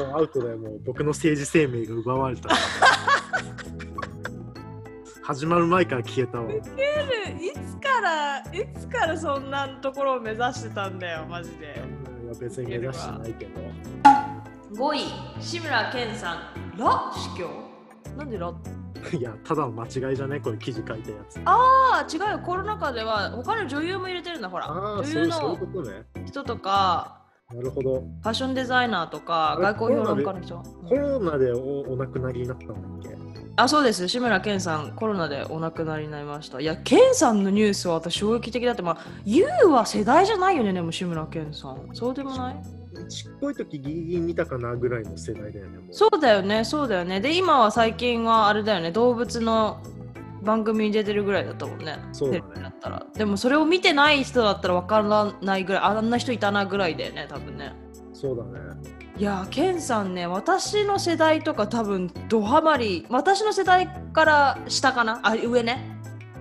C: い
D: もうアウトだよもう僕の政治生命が奪われた始まる前から消えたわ
C: いつからいつからそんなところを目指してたんだよマジで
D: いや別に目指してないけど
C: 5位志村けんさん「ラ死去」なんでラ
D: いやただの間違いじゃねこれ記事書いたやつ
C: ああ違うよコロナ禍では他の女優も入れてるんだほら
D: ああ
C: 女
D: そう
C: 優
D: いうそうい
C: の
D: うことね
C: 人とか
D: なるほ
C: フ
D: ど
C: ァッションデザイナーとか
D: あれ
C: 外交評論家の人
D: コロナでおお亡くなりになったんだっけ
C: あそうです志村けんさんコロナでお亡くなりになりましたいやけんさんのニュースは私衝撃的だってまあ YOU は世代じゃないよねでも志村けんさんそうでもない
D: ちっこい時ギリギリ見たかなぐらいの世代だよねもう
C: そうだよねそうだよねで今は最近はあれだよね動物の番組に出てるぐらいだったもんね
D: そうだね
C: テレビだったらでもそれを見てない人だったらわからないぐらいあんな人いたなぐらいだよね多分ね
D: そうだね
C: いやーケンさんね私の世代とか多分ドハマり私の世代から下かなあ上ね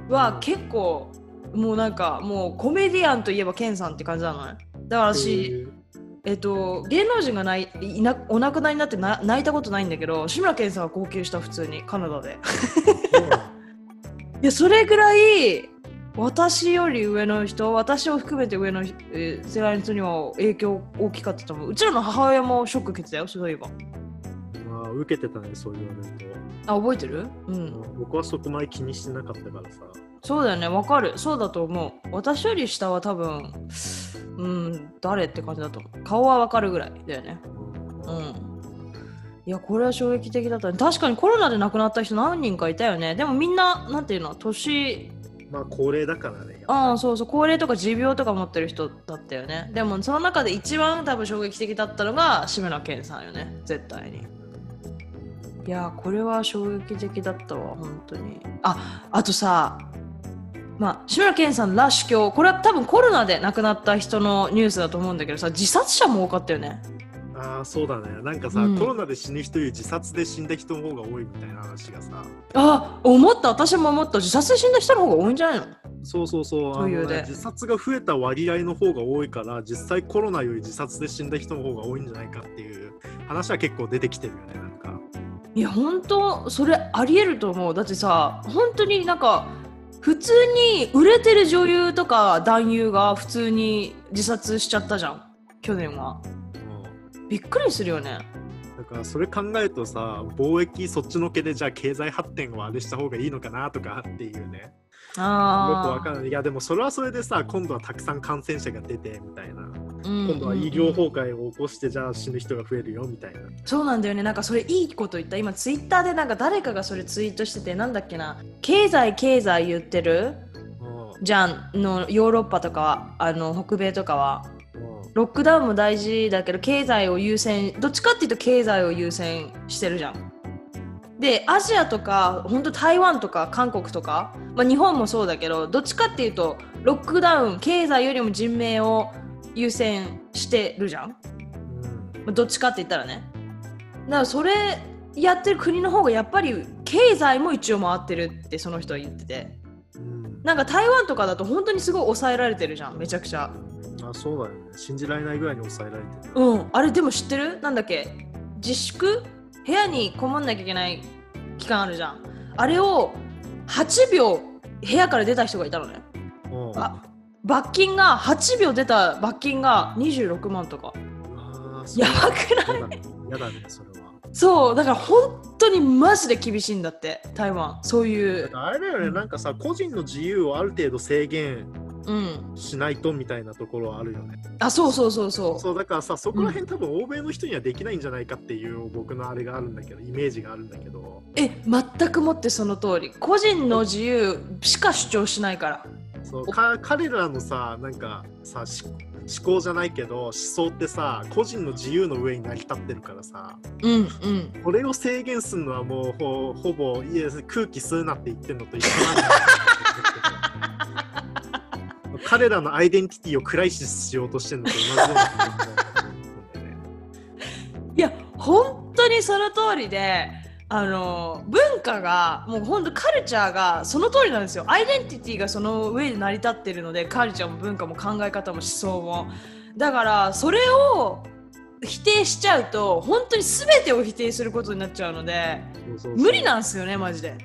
C: は結構もうなんかもうコメディアンといえばケンさんって感じじゃないだから私、
D: へ
C: えっと、芸能人がないいなお亡くなりになってな泣いたことないんだけど志村けんさんは号泣した普通にカナダで [laughs]
D: えそうなんだ
C: いやそれぐらい私より上の人私を含めて上の、えー世代の人には影響大きかったと思ううちらの母親もショック受けてたよそういえば
D: [laughs] まあ受けてたねそう言われると、
C: あ覚えてるうん
D: 僕はそこまで気にしてなかったからさ
C: そうだよねわかるそうだと思う私より下は多分うん誰って感じだと思う顔はわかるぐらいだよね
D: うん
C: うんいやこれは衝撃的だったね確かにコロナで亡くなった人何人かいたよねでもみんななんていうの年
D: まあ高齢だからね。
C: ああそうそう高齢とか持病とか持ってる人だったよねでもその中で一番多分衝撃的だったのが志村けんさんよね絶対にいやーこれは衝撃的だったわ本当にああとさまあ志村けんさんら死去これは多分コロナで亡くなった人のニュースだと思うんだけどさ自殺者も多かったよね
D: ああそうだね。なんかさ、
C: うん
D: コロナで死ぬ人より自殺で死んだ人の方が多いみたいな話がさ。
C: あ思った私も思った自殺で死んだ人の方が多いんじゃないの
D: そうそうそう。あの
C: そういう
D: ね
C: で
D: 自殺が増えた割合の方が多いから実際コロナより自殺で死んだ人の方が多いんじゃないかっていう話は結構出てきてるよねなんか。
C: いや本当それありえると思うだってさ本当になんか普通に売れてる女優とか男優が普通に自殺しちゃったじゃん去年は
D: うん
C: びっくりするよね
D: だからそれ考えるとさ貿易そっちのけでじゃあ経済発展をあれした方がいいのかなとかっていうねよくわ
C: あ
D: かんないいやでもそれはそれでさ今度はたくさん感染者が出てみたいな
C: 今
D: 今度は医療崩壊を起こしてじゃあ死ぬ人が増えるよみたいな。
C: そうなんだよねなんかそれいいこと言った今ツイッターでなんか誰かがそれツイートしててなんだっけな経済経済言ってるじゃんのヨーロッパとかはあの北米とかはロックダウンも大事だけど経済を優先どっちかっていうと経済を優先してるじゃん。でアジアとか本当台湾とか韓国とか、まあ、日本もそうだけどどっちかっていうとロックダウン経済よりも人命を優先してるじゃん、まあどっちかって言ったらねだからそれやってる国の方がやっぱり経済も一応回ってるってその人は言ってて
D: うん
C: なんか台湾とかだと本当にすごい抑えられてるじゃんめちゃくちゃ
D: あそうだよね信じられないぐらいに抑えられてる。
C: うん、あれでも知ってるなんだっけ自粛部屋にこもんなきゃいけない期間あるじゃんあれを8秒部屋から出た人がいたのね
D: うん
C: あ罰金が8秒出た罰金が26万とか
D: あーそう
C: やばくない
D: だねやだねそれは。
C: そうだから本当にマジで厳しいんだって台湾そういう
D: あれだよねなんかさ個人の自由をある程度制限
C: うん
D: しないとみたいなところはあるよね。
C: あそうそうそうそう
D: そうだからさそこら辺多分欧米の人にはできないんじゃないかっていう僕のあれがあるんだけどイメージがあるんだけど
C: え全くもってその通り個人の自由しか主張しないから
D: そうか彼らのさなんかさし思考じゃないけど思想ってさ個人の自由の上に成り立ってるからさ
C: うんうん
D: これを制限するのはもうほほぼいや空気吸うなって言ってるのと一緒なんだよ [laughs] 彼らのアイデンティティをクライシスしようとしてるのと同じようなことなんだよね
C: いや本当にその通りであの文化がもう本当カルチャーがその通りなんですよアイデンティティがその上で成り立ってるのでカルチャーも文化も考え方も思想もだからそれを否定しちゃうと本当に全てを否定することになっちゃうので
D: そうそうそう
C: 無理なんですよねマジで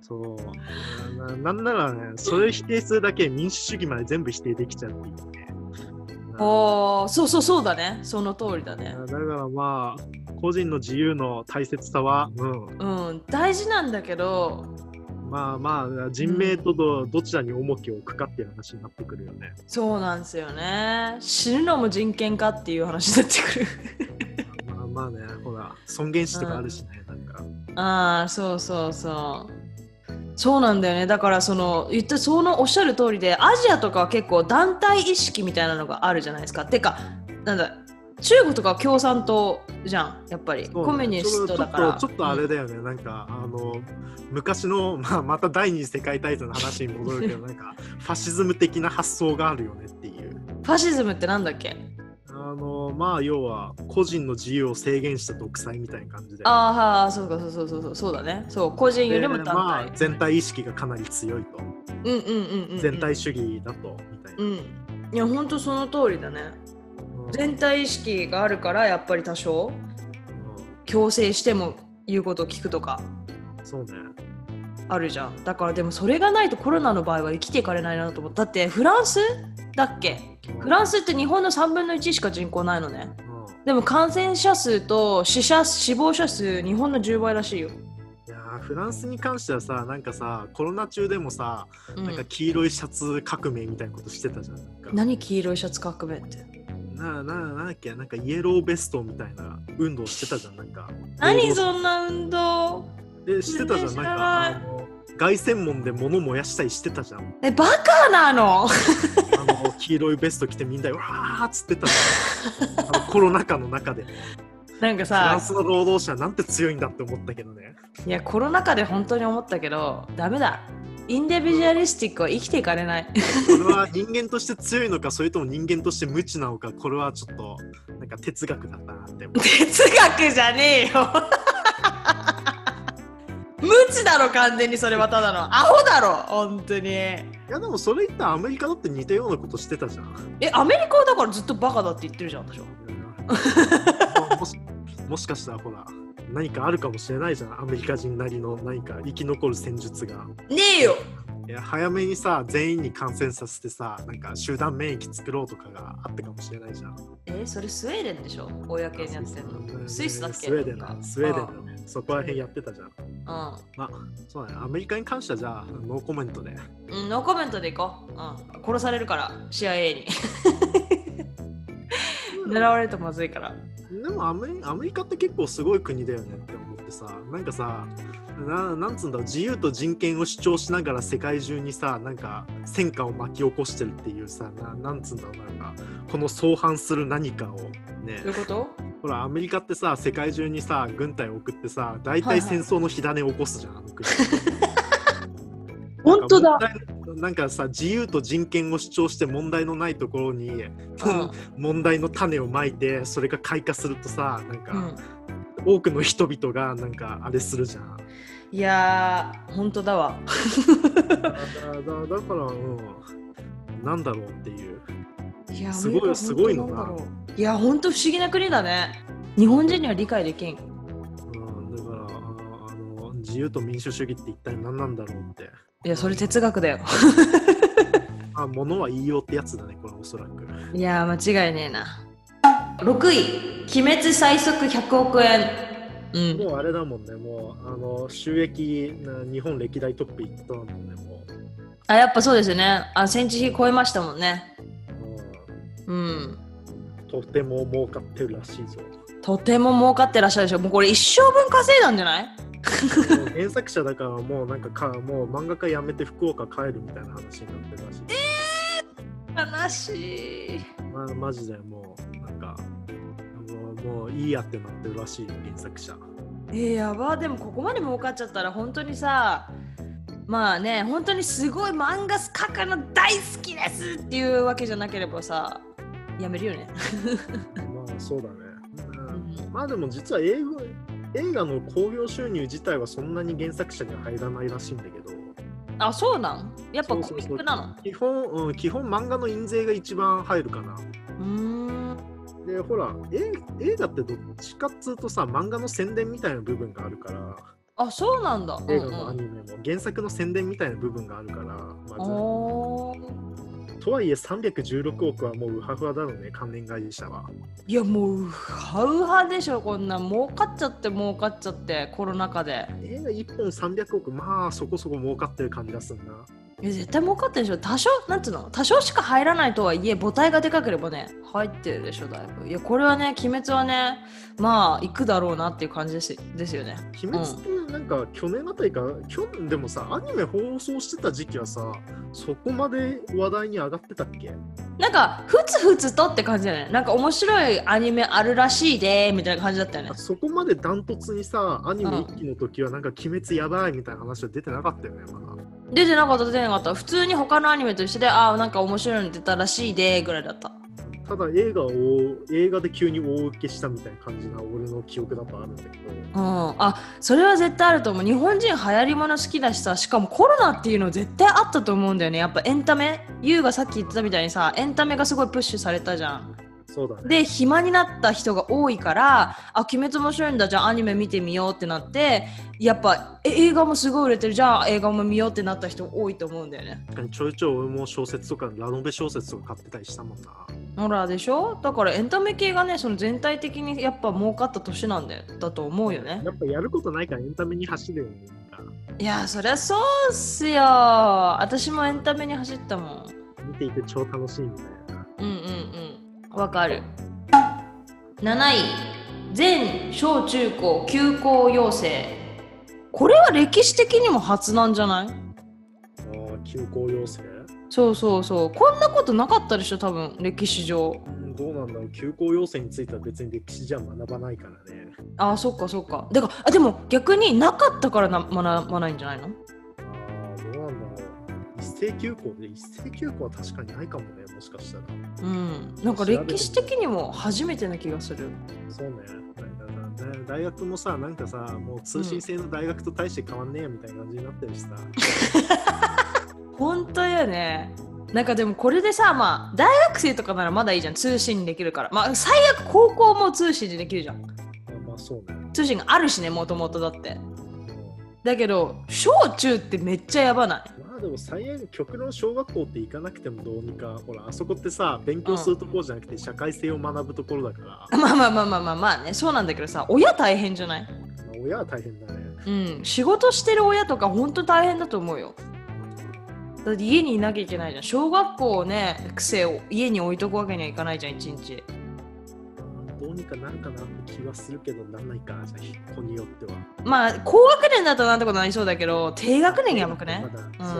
D: そうな。なんならね、それを否定するだけで民主主義まで全部否定できちゃうっていうね。
C: おーそうそうそうだねその通りだね
D: だからまあ、個人の自由の大切さは、うん、
C: うん大事なんだけど
D: まあまあ、人命とどどちらに重きを置くかっていう話になってくるよね。
C: そうなんですよね死ぬのも人権かっていう話になってくる
D: まあまあね、ほら、尊厳死とかあるしね、なんか。
C: ああそうそうそうそうなんだよねだからその言ったそのおっしゃる通りでアジアとかは結構団体意識みたいなのがあるじゃないですかてかなんだ中国とかは共産党じゃんやっぱり、コミュニストだから
D: ちょっとちょっとあれだよね、なんかあの昔の、まあ、また第二次世界大戦の話に戻る
C: [laughs]
D: けどなんかファシズム的な発想があるよねっていう
C: うんファシズムってなんだっけ
D: あのまあ要は個人の自由を制限した独裁みたいな感じで
C: ああはあそうかそうそうそうそうそうだねそう個人
D: で
C: よりも団体、
D: まあ、全体意識がかなり強いと、
C: うんうんうんうんうん
D: 全体主義だとみたいな、
C: うんいやほんとその通りだね
D: うん
C: 全体意識があるからやっぱり多少強制しても言うことを聞くとか
D: うんそうね
C: あるじゃんだからでもそれがないとコロナの場合は生きていかれないなと思っただってフランスだっけフランスって日本の3分の1しか人口ないのね
D: うん
C: でも感染者数と死者死亡者数日本の10倍らしいよ、
D: いやーフランスに関してはさなんかさコロナ中でもさ、
C: うん
D: なんか黄色いシャツ革命みたいなことしてたじゃんなんか
C: 何黄色いシャツ革命って
D: な、な、なんだっけ、なんかイエローベストみたいな運動してたじゃん、なんか。
C: 何そんな運動
D: え、してたじゃ
C: 全
D: ん、
C: 然知
D: なん
C: ら
D: か、
C: ない
D: あの、凱旋門で物燃やしたりしてたじゃん。
C: えバカなの [laughs]
D: あの、黄色いベスト着てみんなでわーっつってたじ
C: [laughs]
D: ゃん。あのコロナ禍の中で。フ
C: なんか
D: ラ
C: さ
D: ンスの労働者なんて強いんだって思ったけどね。
C: いやコロナ禍で本当に思ったけどダメだインディビジュアリスティックは生きていかれない
D: これは人間として強いのか、それとも人間として無知なのか、これはちょっと、なんか哲学だったなっ
C: [laughs]
D: て思う。
C: 哲学じゃねえよ [laughs] 無知だろ完全にそれはただのアホだろ本当にえ
D: いや、でもそれ言ったらアメリカだって似たようなことしてたじゃん。
C: アメリカはだからずっとバカだって言ってるじゃん私は
D: もしもしかしたらほら何かあるかもしれないじゃんアメリカ人なりの何か生き残る戦術が
C: ねえよ
D: いや早めにさ全員に感染させてさなんか集団免疫作ろうとかがあったかもしれないじゃん
C: えーそれスウェーデンでしょ公にやってるのスイスだっけ
D: スウェーデンだスウェーデンだ
C: ン
D: ねそこら辺やってたじゃんそうだねアメリカに関してはじゃあノーコメントで
C: うん、ノーコメントでいこう、うん、殺されるから CIA に [laughs] 狙われるとまずいから
D: でもアメアメリカって結構すごい国だよねって思ってさなんかさななんつうんだろう自由と人権を主張しながら世界中にさなんか戦火を巻き起こしてるっていうさななんつうんだろうなんかこの相反する何かをね
C: どういうこと
D: ほらアメリカってさ世界中にさ軍隊を送ってさ大体戦争の火種を起こすじゃん、あの国
C: [laughs] 本当だ
D: なんか問題なんかさ自由と人権を主張して問題のないところに問題の種をまいてそれが開花するとさなんか、
C: うんうん、
D: 多くの人々がなんかあれするじゃん。
C: いやー本当だわ
D: だだだから、うん、なんだろうっていう。
C: いや
D: すごい
C: アメリカ
D: すごいのな
C: 本当んだろういや本当不思議な国だね日本人には理解できん
D: うん、だからああの、自由と民主主義って一体何なんだろうって。
C: いやそれ哲学だよ
D: あ、ものは言いようってやつだね、これおそらく。
C: いやー間違いねえな6位「鬼滅最速100億円」うん
D: もうあれだもんね、もうあの収益な日本歴代トップいったもんね、もう。
C: あやっぱそうですよねあ戦時費超えましたもんね
D: う
C: うん
D: ん、とても儲かってるらしいぞ。
C: とても儲かってらっしゃるでしょもうこれ一生分稼いだんじゃない
D: もう原作者だからもうなんかか、もう漫画家辞めて福岡帰るみたいな話になってるらしい。
C: 悲しい
D: まあ、マジでもうなんかもうもういいやってなってるらしい原作 [laughs] 者
C: えー、やばでもここまで儲かっちゃったら本当にさまあね本当にすごい漫画描くの大好きですっていうわけじゃなければさやめるよね、
D: まあそうだね、うん、まあでも実は英語映画の興行収入自体はそんなに原作者には入らないらしいんだけど
C: あそうなんやっぱコミックなのう
D: 基本、うん、基本漫画の印税が一番入るかな
C: ーん
D: でほらえ映画ってどっちかっつうとさ漫画の宣伝みたいな部分があるから
C: あそうなんだ、うん
D: 映画もア
C: うん
D: ニメも原作の宣伝みたいな部分があるから、ま
C: おー
D: あ、とはいえ316億はもうウハフハだろうね関連会社はい
C: やもうウハウハでしょこんな儲かっちゃって儲かっちゃってコロナ禍で
D: 映画1本300億まあそこそこ儲かってる感じがするな、
C: いや絶対儲かってるでしょ多少なんつうの多少しか入らないとはいえ母体がでかければね入ってるでしょだいぶいやこれはね鬼滅はねまあ行くだろうなっていう感じですですよね
D: 鬼滅ってなんか去年あたりか、去年でもさアニメ放送してた時期はさそこまで話題に上がってたっけ
C: なんかふつふつとって感じだよねなんか面白いアニメあるらしいでーみたいな感じだったよね
D: そこまでダントツにさアニメ
C: うん
D: 1期の時はなんか鬼滅やばいみたいな話は出てなかったよねまだ
C: 出てなかった出てなかった普通に他のアニメと一緒でああなんか面白いの出たらしいでーぐらいだった
D: ただ映画を映画で急に大受けしたみたいな感じな俺の記憶だとあるんだけど
C: うん、あそれは絶対あると思う日本人流行りもの好きだしさしかもコロナっていうの絶対あったと思うんだよねやっぱエンタメ優がさっき言ってたみたいにさエンタメがすごいプッシュされたじゃん
D: そうだね
C: で暇になった人が多いから「あ鬼滅面白いんだじゃあアニメ見てみよう」ってなってやっぱえ映画もすごい売れてるじゃあ映画も見ようってなった人多いと思うんだよね
D: 確かにちょいちょい俺も小説とかラノベ小説とか買ってたりしたもんな
C: ほらでしょだからエンタメ系がねその全体的にやっぱ儲かった年なんだよだと思うよね
D: やっぱやることないからエンタメに走るよねなんか
C: いやそりゃそうっすよ私もエンタメに走ったもん
D: 見ていて超楽しいみたいな。
C: うんうんうんわかる7位全小中高休校要請これは歴史的にも初なんじゃない
D: ああ、休校要請
C: そうそうそうこんなことなかったでしょ多分歴史上
D: うんどうなんだろう休校要請については別に歴史じゃ学ばないからね。
C: あーそっかそっかだからあでも逆になかったからな学ばないんじゃないの
D: ああ、どうなんだろう。一斉休校で、一斉休校は確かにないかもね、もしかしたら。
C: うんなんか
D: 調べてみ
C: 歴史的にも初めてな気がする
D: そうね。だだだ大学もさ、なんかさ、もう通信制の大学と大して変わんねえやみたいな感じになってるしさ。
C: 本当よねなんかでもこれでさまあ大学生とかならまだいいじゃん通信できるからまあ最悪高校も通信でできるじゃん
D: あ [laughs] まあそうね。
C: 通信があるしねもともとだって
D: うん
C: だけど小中ってめっちゃやばない [laughs]
D: まあでも最悪、極論小学校って行かなくてもどうにか、ほら、あそこってさ、勉強するところじゃなくて社会性を学ぶところだから、
C: まあまあまあまあまあまあねそうなんだけどさ親大変じゃない
D: まあ親は大変だね。
C: うん仕事してる親とかほんと大変だと思うよだって家にいなきゃいけないじゃん小学校をね癖を家に置いとくわけにはいかないじゃん一日
D: どうにかなるかなって気はするけど、なんないか、じゃあ、引っ越によっては。
C: まあ高学年だとなんてことなりそうだけど低学年やばくね
D: まだ
C: う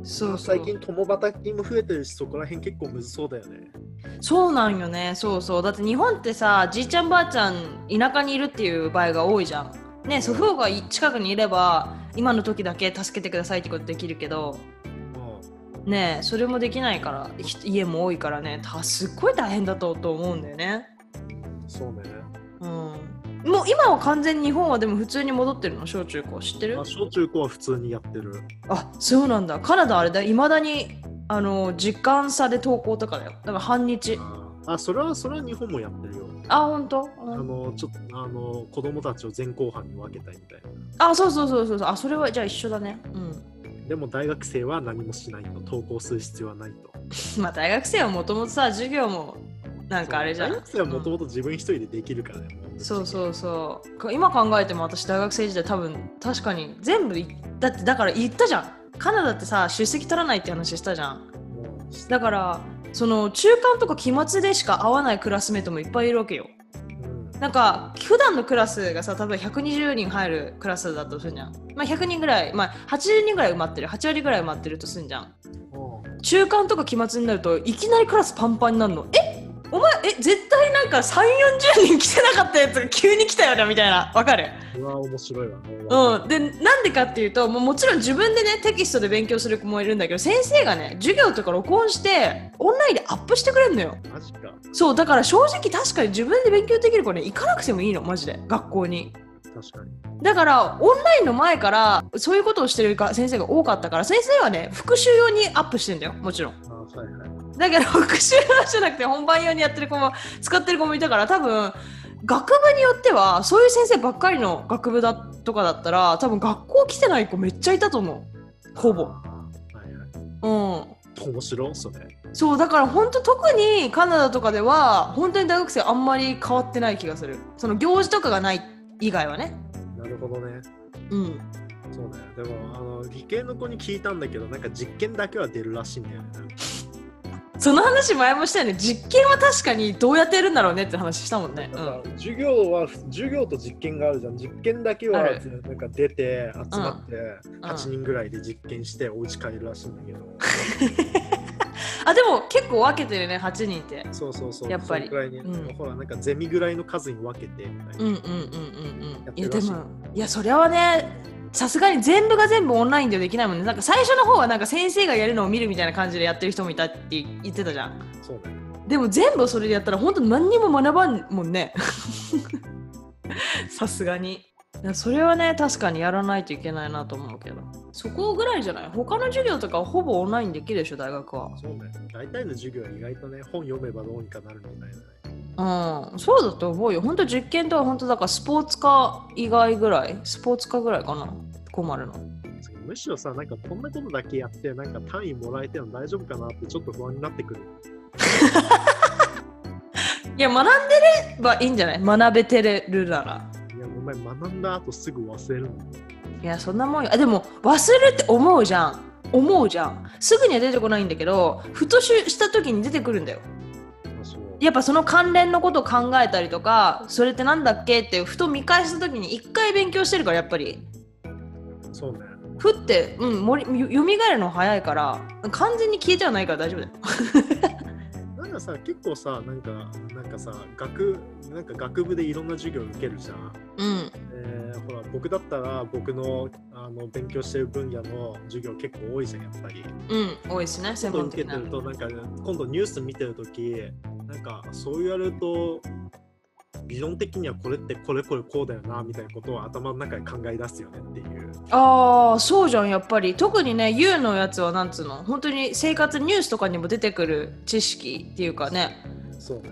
C: んそう
D: そう
C: そう
D: 最近、共働きも増えてるし、そこら辺結構むずそうだよね。
C: そうなんよねそうそうだって日本ってさじいちゃんばあちゃん田舎にいるっていう場合が多いじゃんね祖父母がい近くにいれば今の時だけ助けてくださいってことできるけど
D: う
C: ねえそれもできないからひ家も多いからねたすっごい大変だとと思うんだよね
D: ん、そうね。
C: うんもう今は完全に日本はでも普通に戻ってるの小中高知ってる
D: まあ、小中高は普通にやってる。
C: あそうなんだカナダあれだいまだにあの時間差で登校とかだよだから半日
D: あ、それは、それは日本もやってるよ。
C: あ本当
D: あの、ちょっと、あの、子供たちを前後半に分けたいみたい
C: あそうそうそうそうそうあそれはじゃあ一緒だねうん
D: な。でも、大学生は何もしないと、登校する必要はないと。
C: [laughs] まあ大学生はもともとさ授業もなんかあれじゃん
D: 大学生はもともと自分一人でできるからね。も
C: そうそうそうこ今考えても私大学生時代多分確かに全部いだってだから言ったじゃんカナダってさ出席取らないって話したじゃん
D: もう
C: だからその中間とか期末でしか会わないクラスメートもいっぱいいるわけよ
D: うん
C: なんか普段のクラスがさ例えば120人入るクラスだとするじゃん、まあ、100人ぐらい、まあ、80人ぐらい埋まってる8割ぐらい埋まってるとすんじゃん
D: うん
C: 中間とか期末になるといきなりクラスパンパンになるのえお前え絶対なんか3 4 0人来てなかったやつが急に来たよねみたいなわかる
D: うわ、面白いわ。
C: うんでなんでかっていうともうもちろん自分でねテキストで勉強する子もいるんだけど先生がね授業とか録音してオンラインでアップしてくれるのよ
D: マジか。
C: そうだから正直確かに自分で勉強できる子ね行かなくてもいいのマジで学校に
D: 確かに。
C: だからオンラインの前からそういうことをしてるか先生が多かったから先生はね復習用にアップしてんだよもちろん
D: あはいはい。
C: だけど復習じゃなくて本番用にやってる子も使ってる子もいたから多分学部によってはそういう先生ばっかりの学部だとかだったら多分学校来てない子めっちゃいたと思うほぼ
D: はいは
C: うん
D: い。面白い、それ。
C: そうだから本当特にカナダとかでは本当に大学生あんまり変わってない気がするその行事とかがない以外はね
D: なるほどね。
C: うん
D: そうね。でも、あの、理系の子に聞いたんだけど、なんか実験だけは出るらしいんだよね。
C: その話前もしたよね実験は確かにどうやってやるんだろうねって話したもんねう
D: なん
C: ん
D: か授業は、授業と実験があるじゃん。実験だけは、
C: あ
D: なん
C: る
D: か出て、集まって、
C: ん
D: 8人ぐらいで実験して、お家帰るらしいんだけど。
C: あでも結構分けてるね8人って
D: そうそうそう。
C: やっぱり
D: そのくらいに、
C: うん
D: ほら、なんかゼミぐらいの数に分けて、みたいな。
C: うんうんうんうんうんいや
D: やって
C: で
D: るらしい
C: もいやそれはねさすがに全部が全部オンラインではできないもんねなんか最初の方はなんか先生がやるのを見るみたいな感じでやってる人もいたって言ってたじゃん
D: そうね。
C: でも全部それでやったら本当何にも学ばんもん
D: [laughs]
C: ねさすがにだからそれはね確かにやらないといけないなと思うけどそこぐらいじゃない他の授業とかはほぼオンラインできるでしょ大学は
D: そうね。大体の授業は意外とね、本読めばどうにかなるみたいなね。
C: うん、そうだと思うよ。本当実験とは本当だからスポーツ科以外ぐらい、スポーツ科ぐらいかな、困るの。
D: むしろさ、なんかこんなことだけやって、なんか単位もらえてるの大丈夫かなってちょっと不安になってくる。
C: いや、学んでればいいんじゃない学べてるなら。
D: いや、お前学んだ後すぐ忘れるの。
C: いや、そんなもんよ。あでも、忘れるって思うじゃん。思うじゃんすぐには出てこないんだけどふとしした時に出てくるんだよ
D: あそう
C: やっぱその関連のことを考えたりとかそれってなんだっけってふと見返した時に一回勉強してるからやっぱり
D: そうね。
C: ふって、うん、もりよみがえるの早いから完全に消えてはないから大丈夫だよ。
D: なんかさ、結構さ、なんか、なんかさ、学、なんか学部でいろんな授業受けるじゃん。
C: うん
D: えーほら、僕だったら、僕の、あの、勉強してる分野の授業結構多いじゃん、やっぱり。
C: うん多いですね
D: ち
C: 専
D: ょっと
C: 門
D: 受け
C: 的
D: て
C: な。う
D: る
C: ん
D: と、なんか、ね、今度ニュース見てるとき、なんか、そう言われると、理論的にはこれってこれこれこうだよな、みたいなことを頭の中で考え出すよねっていう。
C: ああそうじゃんやっぱり特にね YOU のやつはなんつうの本当に生活ニュースとかにも出てくる知識っていうかね
D: そうね。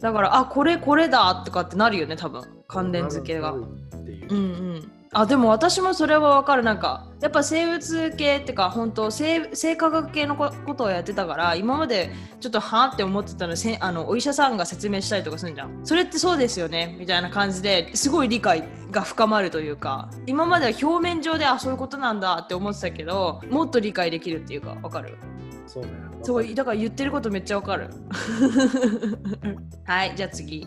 C: だからあこれこれだとかってなるよね多分関連付けが。
D: なるっていう。
C: うんうん、あでも私もそれは分かるなんかやっぱ生物系ってか本当生生化学系のこことをやってたから今までちょっとはあって思ってたのせあのお医者さんが説明したりとかするんじゃんそれってそうですよねみたいな感じですごい理解が深まるというか今までは表面上であそういうことなんだって思ってたけどもっと理解できるっていうか分かる
D: そうね。
C: そうだから言ってることめっちゃ分 [laughs] かるはいじゃあ次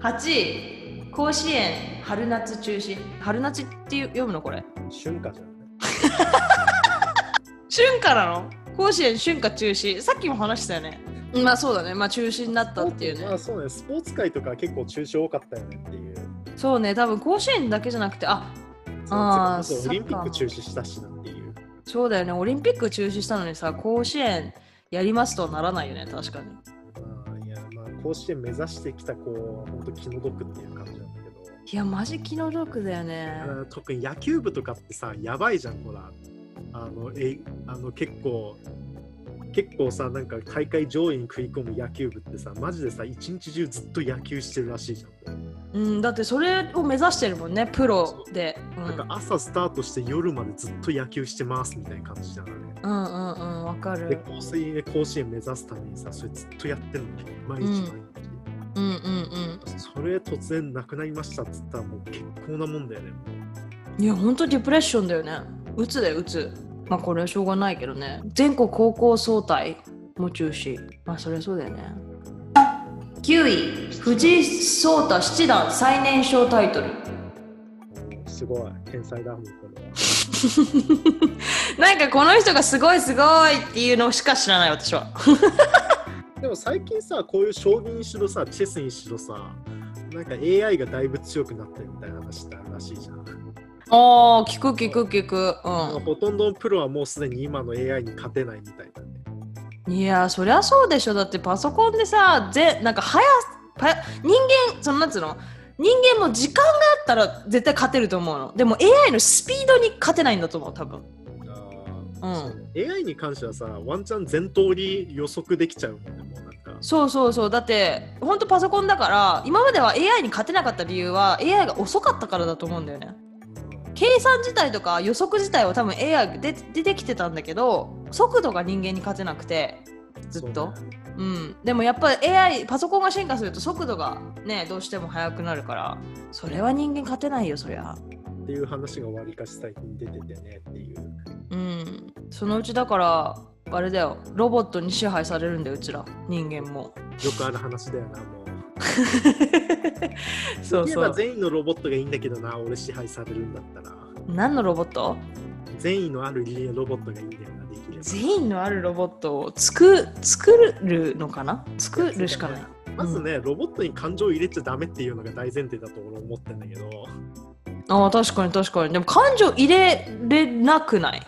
C: 8位甲子園春夏中止春夏っていう読むのこれ
D: 瞬間じゃん。
C: 春夏なの甲子園春夏中止さっきも話したよねまあそうだねまあ中止になったっていう
D: まあ
C: ね
D: そうね、スポーツ界とか結構中止多かったよねっていう。
C: そうね多分甲子園だけじゃなくてああー
D: そう
C: サッカー
D: オリンピック中止したしなっていう。
C: そうだよねオリンピック中止したのにさ甲子園やりますとはならないよね確かに
D: まあいや、まあ甲子園目指してきた子は本当気の毒っていう感じなんだけど。
C: いやマジ気の毒だよね
D: あー特に野球部とかってさ、やばいじゃん、ほら。あの、えあの結構。結構さなんか大会上位に食い込む野球部ってさマジでさ一日中ずっと野球してるらしいじゃん、
C: うん、だってそれを目指してるもんねプロで、うん、
D: なんか朝スタートして夜までずっと野球してますみたいな感じじゃない
C: うんうんうんわか
D: で
C: る
D: 甲子園甲子園目指すためにさそれずっとやってるのね毎日毎日、
C: うんうん
D: それ突然なくなりましたっつったらもう結構なもんだよね
C: うんいやほんとディプレッションだよねうつだようつまあこれはしょうがないけどね全国高校総体も中止まあそりゃそうだよね9位藤井聡太七段最年少タイトル
D: もうすごい天才だもんこれは
C: なんかこの人がすごいすごいっていうのしか知らない私は
D: でも最近さこういう将棋にしろさチェスにしろさなんか AI がだいぶ強くなってるみたいな話ってあるらしいじゃん、
C: あー聞く聞く聞くう
D: ほとんどのプロはもうすでに今の AI に勝てないみたいなね
C: んいやーそりゃそうでしょだってパソコンでさぜなんか早パ人間そのなんつうの人間も時間があったら絶対勝てると思うのでも AI のスピードに勝てないんだと思う多分
D: あーそうね AI に関してはさワンチャン全通り予測できちゃうもんねもうなんか
C: そうそうそうだってほんとパソコンだから今までは AI に勝てなかった理由は AI が遅かったからだと思うんだよね計算自体とか予測自体は多分 AI で出てきてたんだけど速度が人間に勝てなくてずっと
D: そうね
C: うん、でもやっぱり AI パソコンが進化すると速度がねどうしても速くなるからそれは人間勝てないよそりゃ
D: っていう話がわりかし最近出ててねっていう。
C: うんそのうちだからあれだよロボットに支配されるんだようちら人間も
D: よくある話だよな、もう。
C: [laughs] そうそ
D: 言えば
C: う
D: 善意のロボットがいいんだけどな、俺支配されるんだったら。
C: 何のロボット
D: 善意のあるリレーロボットがいいんだよな、できれば。
C: 全員のあるロボットを作作るのかな作るしかない
D: まずね、ロボットに感情を入れちゃダメっていうのが大前提だと俺思ってんだけど、
C: あー確かに確かにでも感情入れれなくない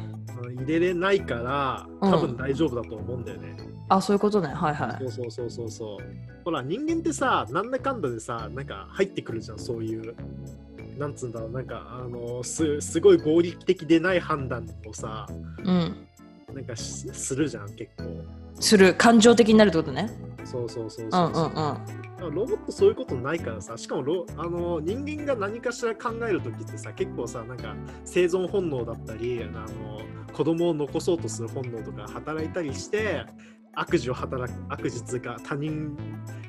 D: うん入れれないから、
C: うん
D: 多分大丈夫だと思うんだよね。
C: あそういうことねはいはい
D: そうそうそうそうそう。ほら、人間ってさ、なんだかんだでさ、なんか入ってくるじゃん、そういう。なんつうんだろう、なんか、あの、すすごい合理的でない判断をさ、
C: うん
D: なんかしするじゃん結構
C: する感情的になるってことね
D: そうそうそう
C: う
D: そ
C: んう
D: う,、
C: んうん
D: ロボットそういうことないからさしかもロあの人間が何かしら考える時ってさ結構さなんか生存本能だったりあの子供を残そうとする本能とか働いたりして悪事を働く悪事つうか他人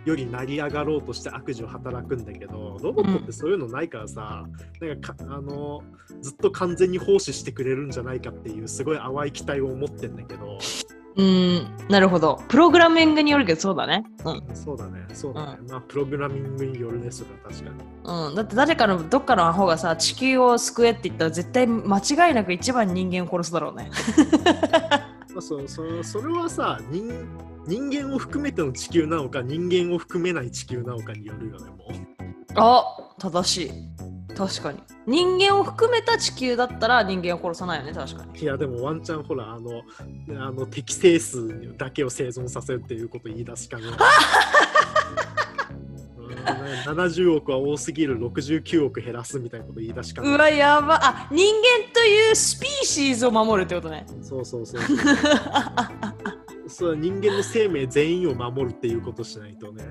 D: より成り上がろうとして悪事を働くんだけどロボットってそういうのないからさ、なんかかあのずっと完全に奉仕してくれるんじゃないかっていうすごい淡い期待を持ってんだけど
C: うん、なるほど。プログラミングによるけど、そうだね。うん。
D: そうだねそうだね、まあプログラミングによるねそれは確かに
C: うん、だって誰かのどっかのアホがさ地球を救えって言ったら絶対間違いなく一番人間を殺すだろうね。
D: まあ、そそそれはさ人人間を含めての地球なのか人間を含めない地球なのかによるよねもう [laughs]
C: あ正しい。確かに。人間を含めた地球だったら人間を殺さないよね、確かに。
D: いやでもワンチャンほらあのあの適正数だけを生存させるっていうこと言い出 [laughs] しかねうん70億は多すぎる69億減らすみたいなこと言い出しか
C: う
D: ね
C: わ、やば。あ人間というスピーシーズを守るってことね。
D: そうそうそうそうそう人間の生命全員を守るっていうことしないとね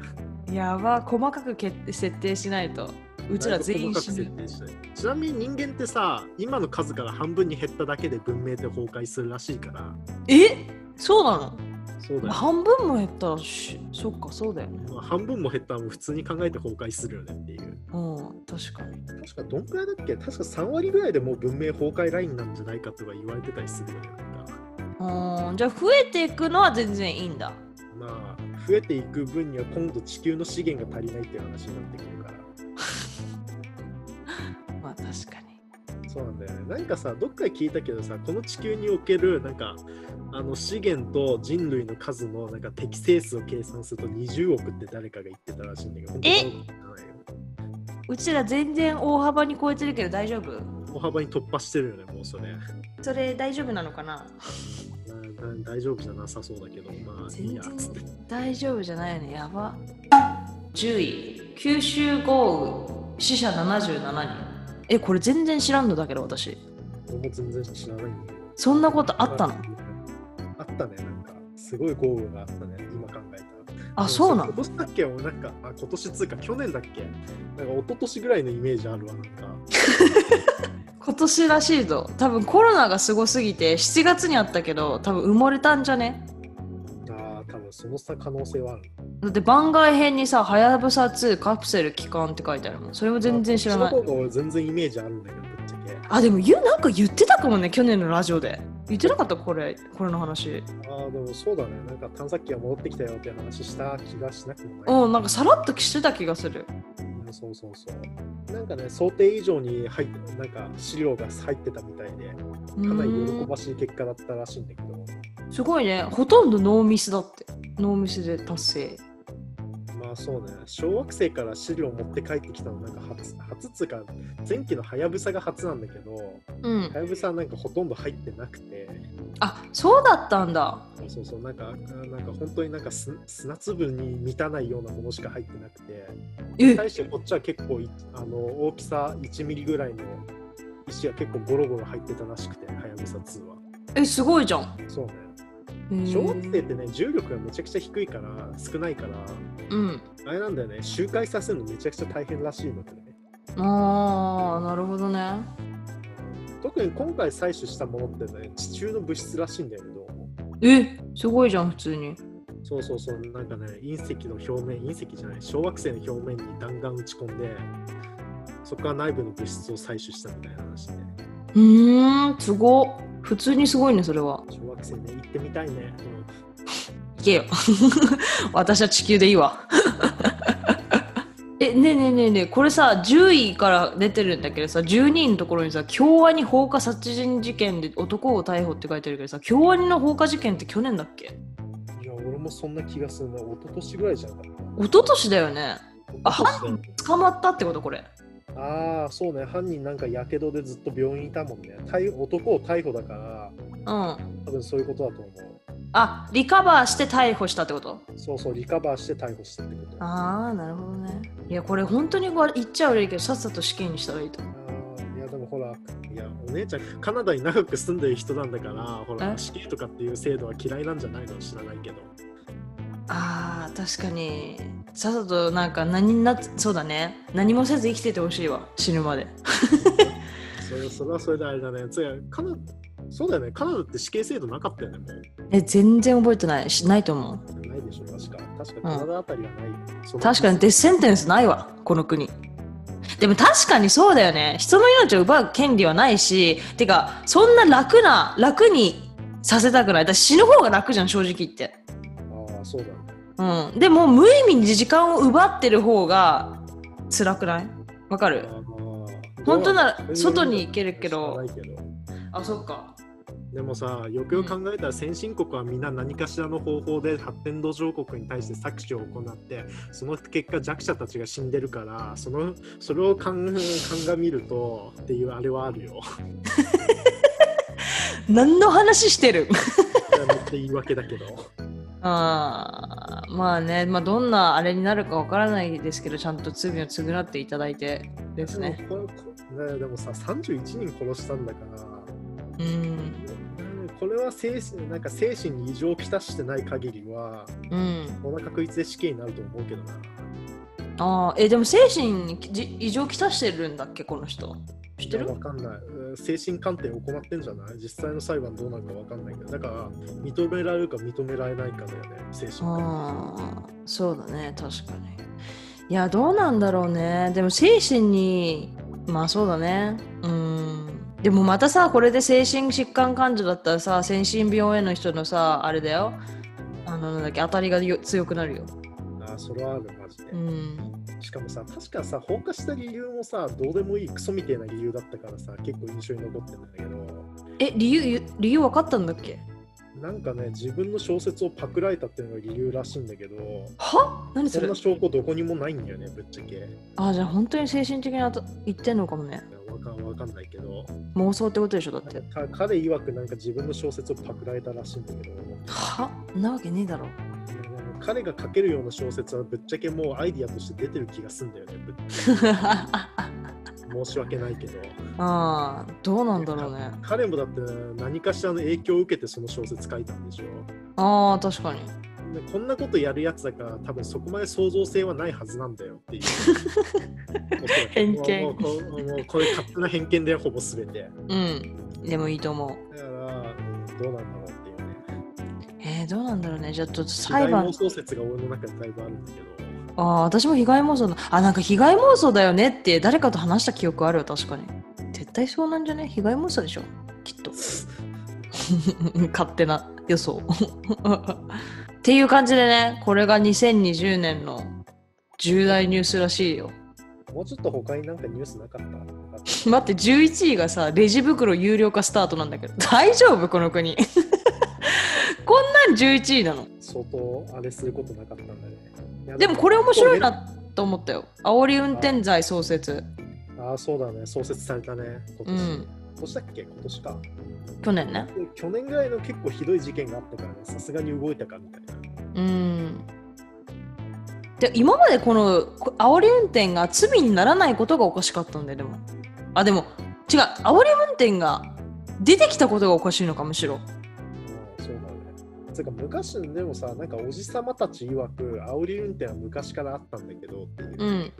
C: やば、細かく決定設定しないと。うちら全員死
D: 細
C: ぬ
D: か。く設定しないちなみに人間ってさ今の数から半分に減っただけで文明って崩壊するらしいから
C: えそうなの
D: そうだよ、
C: 半分も減ったし、そっか、そうだよね。
D: まあ半分も減ったらもう普通に考えて崩壊するよねっていう
C: うん、確かに。
D: 確かどんくらいだっけ確か3割ぐらいでもう文明崩壊ラインなんじゃないかとか言われてたりするよねなんか
C: うん、じゃあ増えていくのは全然いいんだ。
D: まあ増えていく分には今度地球の資源が足りないっていう話になってくるから
C: まあ確かに。
D: そうなんだよね。なんかさ、どっかで聞いたけどさ、この地球におけるなんかあの資源と人類の数のなんか適正数を計算すると20億って誰かが言ってたらしいんだけど、本当
C: え
D: にそうじゃな
C: うちら全然大幅に超えてるけど大丈夫
D: いよ大幅に突破してるよね、もうそれ。
C: それ大丈夫なのかな
D: なな大丈夫じゃなさそうだけど、まあいい
C: 全
D: や
C: 然
D: つって。
C: 大丈夫じゃないよね。やば。10位、九州豪雨、死者77人。え、これ全然知らんのだけど私。
D: 俺も全然知らないんだけど。
C: そんなことあったの
D: あったね、なんか。すごい豪雨があったね、今考えたら。
C: あ、そうな
D: 今
C: の
D: 年だっけ俺なんか、あ、今年つうか、去年だっけなんか一昨年ぐらいのイメージあるわ、なんか。
C: 今年らしいぞ。多分コロナがすごすぎて7月にあったけど多分埋もれたんじゃね
D: ああ、多分その差可能性はある。
C: だって番外編にさ「はやぶさ2カプセル帰還」って書いてあるもんそれも全然知らない
D: その方が俺全然イメージあるんだけど、ぶっちゃけ。
C: あでも言うなんか言ってたかもね去年のラジオで言ってなかったこれこれの話
D: ああ、でもそうだね。なんか探索機が戻ってきたよって話した気がしなくもない。
C: うんなんかさらっとしてた気がする
D: うん、そうそうそう。なんかね、想定以上に入って、なんか資料が入ってたみたいで、
C: う
D: かなり
C: ー
D: 喜
C: ん
D: ばしい結果だったらしいんだけど、
C: すごいねほとんどノーミスだってノーミスで達成
D: まあそうね、小学生から資料を持って帰ってきたの、なんか初、初っつうか、前期のはやぶさが初なんだけど、
C: うん
D: はやぶさはなんかほとんど入ってなくて、
C: あそうだったんだ
D: そうそうそうなんかなんか本当になんかす砂粒に満たないようなものしか入ってなくて
C: え
D: 対してこっちは結構いあの大きさ1ミリぐらいの石が結構ゴロゴロ入ってたらしくてはやぶさ2は
C: えすごいじゃん
D: そうね
C: へー
D: 小学生ってね重力がめちゃくちゃ低いから少ないから
C: うん
D: あれなんだよね周回させるのめちゃくちゃ大変らしいのでね
C: ああなるほどね
D: 特に今回採取したものってね地中の物質らしいんだけど
C: えすごいじゃん普通に
D: そうそうそう、なんかね、隕石の表面、隕石じゃない、小惑星の表面に弾丸打ち込んで、そこから内部の物質を採取したみたいな話で、
C: うーんすごっ普通にすごいねそれは
D: 小惑星ね、行ってみたいね。
C: 行けよ [laughs] 私は地球でいいわ [laughs] えねえねえねえねえこれさ10位から出てるんだけどさ12位のところにさ京アニ放火殺人事件で男を逮捕って書いてるけどさ京アニの放火事件って去年だっけ
D: うんいや、俺もそんな気がするな、一昨年ぐらいじゃなかっ
C: 一
D: た
C: 昨年だよねあ
D: 一昨年だよね
C: 捕まったってことこれ
D: あー、そうね、犯人なんかやけどでずっと病院いたもんね。逮男を逮捕だから、
C: うん
D: 多分そういうことだと思う。
C: あリカバーして逮捕したってこと
D: そうそう、リカバーして逮捕したってこと。
C: あ
D: あ
C: あなるほどねいやこれ本当にこれ言っちゃ悪いけどさっさと死刑にしたらいいと思う
D: ーいやでもほら、いやお姉ちゃん、カナダに長く住んでる人なんだから、ほら、
C: え
D: 死刑とかっていう制度は嫌いなんじゃないの知らないけど。
C: あー確かにさっさとなんか何になっそうだね何もせず生きててほしいわ死ぬまで
D: それそれはそれであれだね。つやカナそうだよね、カナダって死刑制度なかったよね、もう。
C: え全然覚えてないしないと思う
D: ないでしょ、確か。確かカナダあたりはないよ、その
C: 確かにデスセンテンスないわこの国でも確かにそうだよね人の命を奪う権利はないしてかそんな楽な楽にさせたくないだって死ぬ方が楽じゃん正直言って
D: ああそうだね
C: うんでも無意味に時間を奪ってる方が辛くないわかる本当なら外に行けるけど
D: 知らないけど
C: あそっか
D: でもさよくよく考えたら先進国はみんな何かしらの方法で発展途上国に対して搾取を行ってその結果弱者たちが死んでるからそのそれを鑑鑑みるとっていうあれはあるよ
C: 何の話してる
D: めっちゃ言い訳だけど
C: あーまあね、まあ、どんなあれになるかわからないですけどちゃんと罪を償っていただいて [laughs] ですね
D: でもここねでもさ31人殺したんだから
C: うん
D: これは精神なんか精神に異常をきたしてない限りは
C: うん
D: こんな確率で死刑になると思うけどな
C: ああえでも精神にじ異常きたしてるんだっけこの人知って
D: い
C: る
D: やわかんない。うん精神鑑定を行ってんじゃない実際の裁判どうなるかわかんないけど、だから認められるか認められないかだよね、精神鑑
C: ああそうだね確かにいやどうなんだろうねでも精神にまあそうだねうんでもまたさこれで精神疾患患者だったらさ精神病への人のさあれだよあのなんだっけ当たりがよ強くなるよ
D: 定。ああ、それはある、マジで
C: う。ん
D: しかもさ、確かさ、放火した理由もさ、どうでもいいクソみたいな理由だったからさ、結構印象に残ってんだけど、
C: え理由理由分かったんだっけ
D: なんかね、自分の小説をパクられたっていうのが理由らしいんだけど、
C: は何そ
D: そ
C: れ
D: んな証拠どこにもないんだよね、ぶっちゃけ。いや
C: あじゃあ本当に精神的にあた言ってんのかもね
D: わかんわかんないけど、
C: 妄想ってことでしょだっ
D: な
C: て
D: んかか彼曰くなんか自分の小説をパクられたらしいんだけど、
C: はなわけねえだろ [laughs]
D: 彼が書けるような小説はぶっちゃけもうアイディアとして出てる気がすんだよね。ぶっ申し訳ないけど。
C: ああどうなんだろうね
D: 彼もだって何かしらの影響を受けてその小説書いたんでしょ。
C: ああ確かに
D: でこんなことやるやつだから多分そこまで創造性はないはずなんだよっ
C: [laughs]
D: ていう。
C: 偏見
D: もうこうもうこういう勝手な偏見だよ、ほぼ全て。
C: うんでもいいと思う
D: だから、うんどうなんだろうっていうね。
C: えー、どうなんだろうねじゃあちょっと
D: 被害
C: 裁判
D: 妄想説が俺の中でだいぶあるんだけど。
C: ああ私も被害妄想だあなんか被害妄想だよねって誰かと話した記憶あるよ確かに絶対そうなんじゃね被害妄想でしょきっと [laughs] 勝手な予想 [laughs] っていう感じでねこれが2020年の重大ニュースらしいよ
D: もうちょっと他になんかニュースなかった
C: 待って11位がさレジ袋有料化スタートなんだけど大丈夫この国 [laughs] こんなん11位なの
D: 相当あれすることなかったんだね。いや
C: でもこれ面白いなと思ったよ煽り運転罪創設
D: ああ、そうだね。創設されたね。今
C: う
D: 年。
C: ん
D: 今年だっけ今年か。
C: 去年ね
D: で去年ぐらいの結構ひどい事件があったからね、さすがに動いたかみたいな。
C: うんで今までこのこ煽り運転が罪にならないことがおかしかったんだよでもあでも違う煽り運転が出てきたことがおかしいのかむしろ
D: うんそうだね。つうか昔でもさ、なんかおじさまたち曰く、煽り運転は昔からあったんだけどっていうう。
C: ん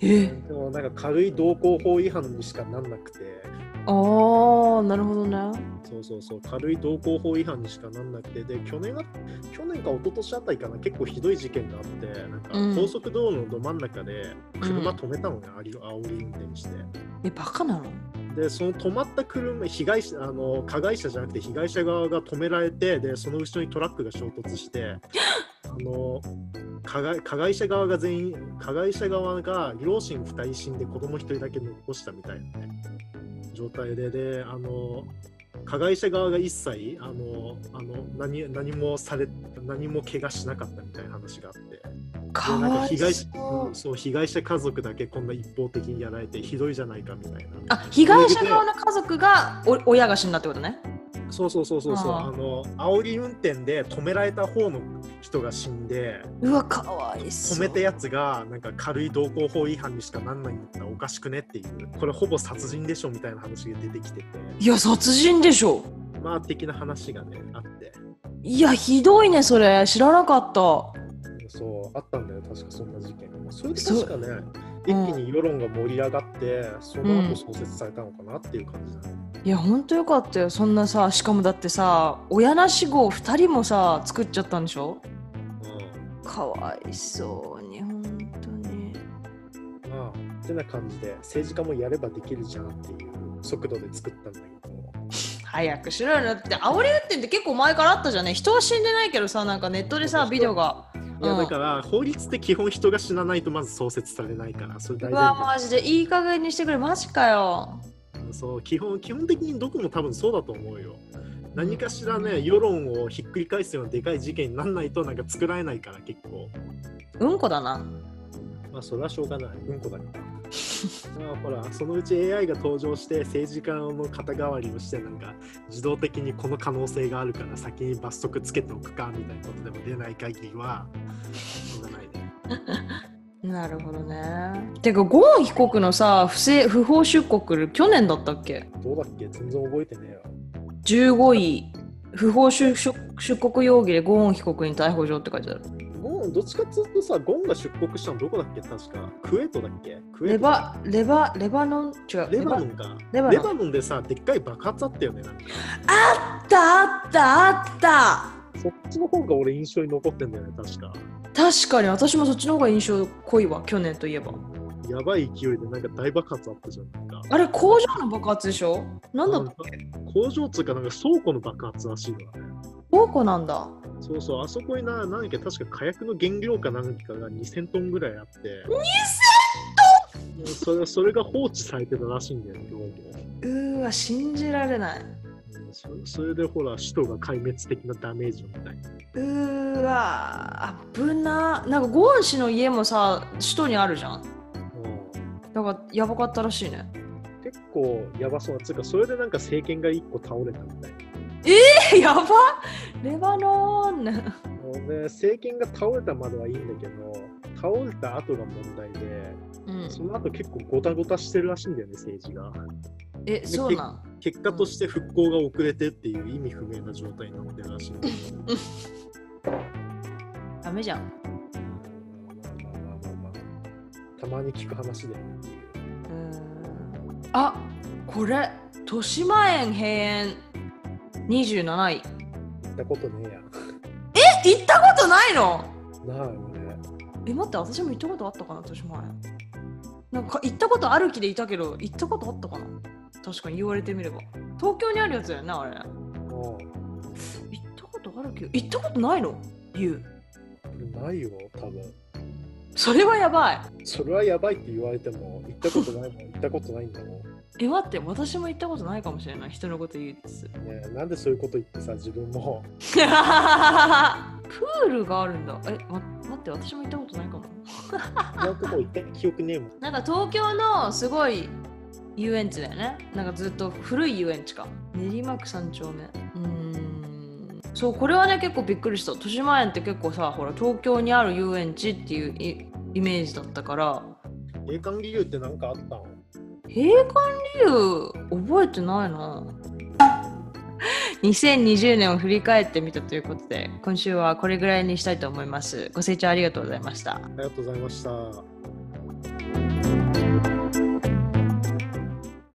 C: え
D: でもなんか軽い道交法違反にしかなんなくて、
C: ああなるほどね
D: そうそうそう、軽い道交法違反にしかなんなくて、で、去年が、去年か一昨年あたりかな、結構ひどい事件があって、なんか
C: うん
D: 高速道路のど真ん中で車
C: うん
D: 止めたのね、あり煽り運転して。
C: えバカなの
D: でその止まった車被害者あの加害者じゃなくて被害者側が止められてでその後ろにトラックが衝突 [gasps] してあの加害加害者側が全員加害者側が両親2人死んで子供1人だけ残したみたいな、ね、状態でであの加害者側が一切あのあの何何もされ何も怪我しなかったみたいな話があって。で
C: か
D: なんか
C: わ
D: 被
C: い
D: 害
C: そう
D: そう被害者家族だけこんな一方的にやられてひどいじゃないかみたいな。
C: あ被害者側の家族がお親が死んだってことね
D: そうそうそうそうそう
C: あ
D: あの煽り運転で止められた方の人が死んで
C: うわかわいそう
D: 止めたやつがなんか軽い道交法違反にしかなんないんだったらおかしくねっていうこれほぼ殺人でしょみたいな話が出てきてて
C: いや殺人でしょ
D: まあ的な話がねあって
C: いやひどいねそれ知らなかった
D: そうあったんだよ確かそんな事件がそれで
C: そう
D: 確かね
C: う
D: 一気
C: ん
D: に世論が盛り上がってその
C: う
D: 後
C: ん
D: 創設されたのかなっていう感じだね、
C: いやほんとよかったよそんなさしかもだってさ親なし子2人もさ作っちゃったんでしょ
D: うん
C: かかわいそうに本当に
D: まあ、ってな感じで、政治家もやればできるじゃんっていう速度で作ったんだけど、
C: 早くしろよなって煽り運転って結構前からあったじゃない人は死んでないけどさなんかネットでさビデオが
D: いや
C: うん
D: だから法律って基本人が死なないとまず創設されないから、それ大
C: う
D: 前
C: わ
D: 提
C: マジでいい加減にしてくれマジかよ
D: そう基本基本的にどこも多分そうだと思うよ。何かしらね、世論をひっくり返すようなでかい事件にならないとなんか作られないから結構。
C: うんこだな
D: まあそれはしょうがない。うんこだから。 [laughs] まあほら、そのうち AI が登場して政治家の肩代わりをしてなんか自動的にこの可能性があるから先に罰則つけておくかみたいなことでも出ない限りはしょうがないね。
C: なるほどねてかゴーン被告のさ不正不法出国去年だったっけ
D: どうだっけ全然覚えてねえよ。
C: 15位不法出出出国容疑でゴーン被告に逮捕状って書いてある
D: ゴーン、どっちかっつうとさ、ゴーンが出国したのどこだっけ確か。クウェートだっけクウェ
C: レ
D: ートだっ
C: バレバレバノン違う
D: けレバノンか。
C: レ
D: レ
C: バノン
D: バノンでさ、でっかい爆発あったよね。なんか
C: あったあったあった
D: そっちの方が俺印象に残ってんだよね、確か。
C: 確かに私もそっちの方が印象濃いわ去年といえば
D: やばい勢いでなんか大爆発あったじゃん。なんか
C: あれ工場の爆発でしょなんだっけ
D: 工場っつうかなんか倉庫の爆発らしいわね。
C: 倉庫なんだ
D: そうそう、あそこにな、なんか確か火薬の原料かなんかが2000トンぐらいあって。2000トンそれそれが放置されてたらしいんだよね、どうも。
C: うーわ信じられない
D: うんそそれでほら、首都が壊滅的なダメージをみたいな。
C: うーわ危ななんかゴーン氏の家もさ首都にあるじゃん
D: うん
C: だからやばかったら [laughs] しいね
D: 結構やばそうな、つうか、それでなんか政権が一個倒れたみたいな。
C: やばレバノン
D: もうね、政権が倒れたまではいいんだけど、倒れた後が問題で、
C: うん
D: その後結構ごたごたしてるらしいんだよね、政治が。
C: えそうなん
D: 結果として復興が遅れてっていう意味不明な状態になってるらしいんだけど。
C: ダメじゃん
D: まあまあまあまあまあたまに聞く話だよねっていう。
C: うーんあこれ豊島園閉園27位
D: 行ったことねえや。
C: え行ったことないの
D: なあよね。
C: え待って私も行ったことあったかな豊島園なんか行ったことある気でいたけど行ったことあったかな確かに言われてみれば東京にあるやつだよねあれ
D: も
C: 行ったことあるけど行ったことないの言う
D: う、ないよ、多分。
C: それはやばい
D: それはやばいって言われても、行ったことないもん、行ったことないんだもん。
C: え待って私も行ったことないかもしれない人のこと言うです [laughs]
D: ねえなんでそういうこと言ってさ、自分 [laughs] も。
C: プールがあるんだえ、ま、待って私も行ったことないかも
D: 違うとこ行った記憶ねえもん。
C: なんか東京のすごい遊園地だよねなんかずっと古い遊園地か練馬区三丁目うーんそうこれはね結構びっくりした豊島園って結構さほら東京にある遊園地っていうイイメージだったから
D: 栄冠理由って何かあったの
C: 閉館理由覚えてないな2020年を振り返ってみたということで今週はこれぐらいにしたいと思いますご清聴ありがとうございました
D: ありがとうございました。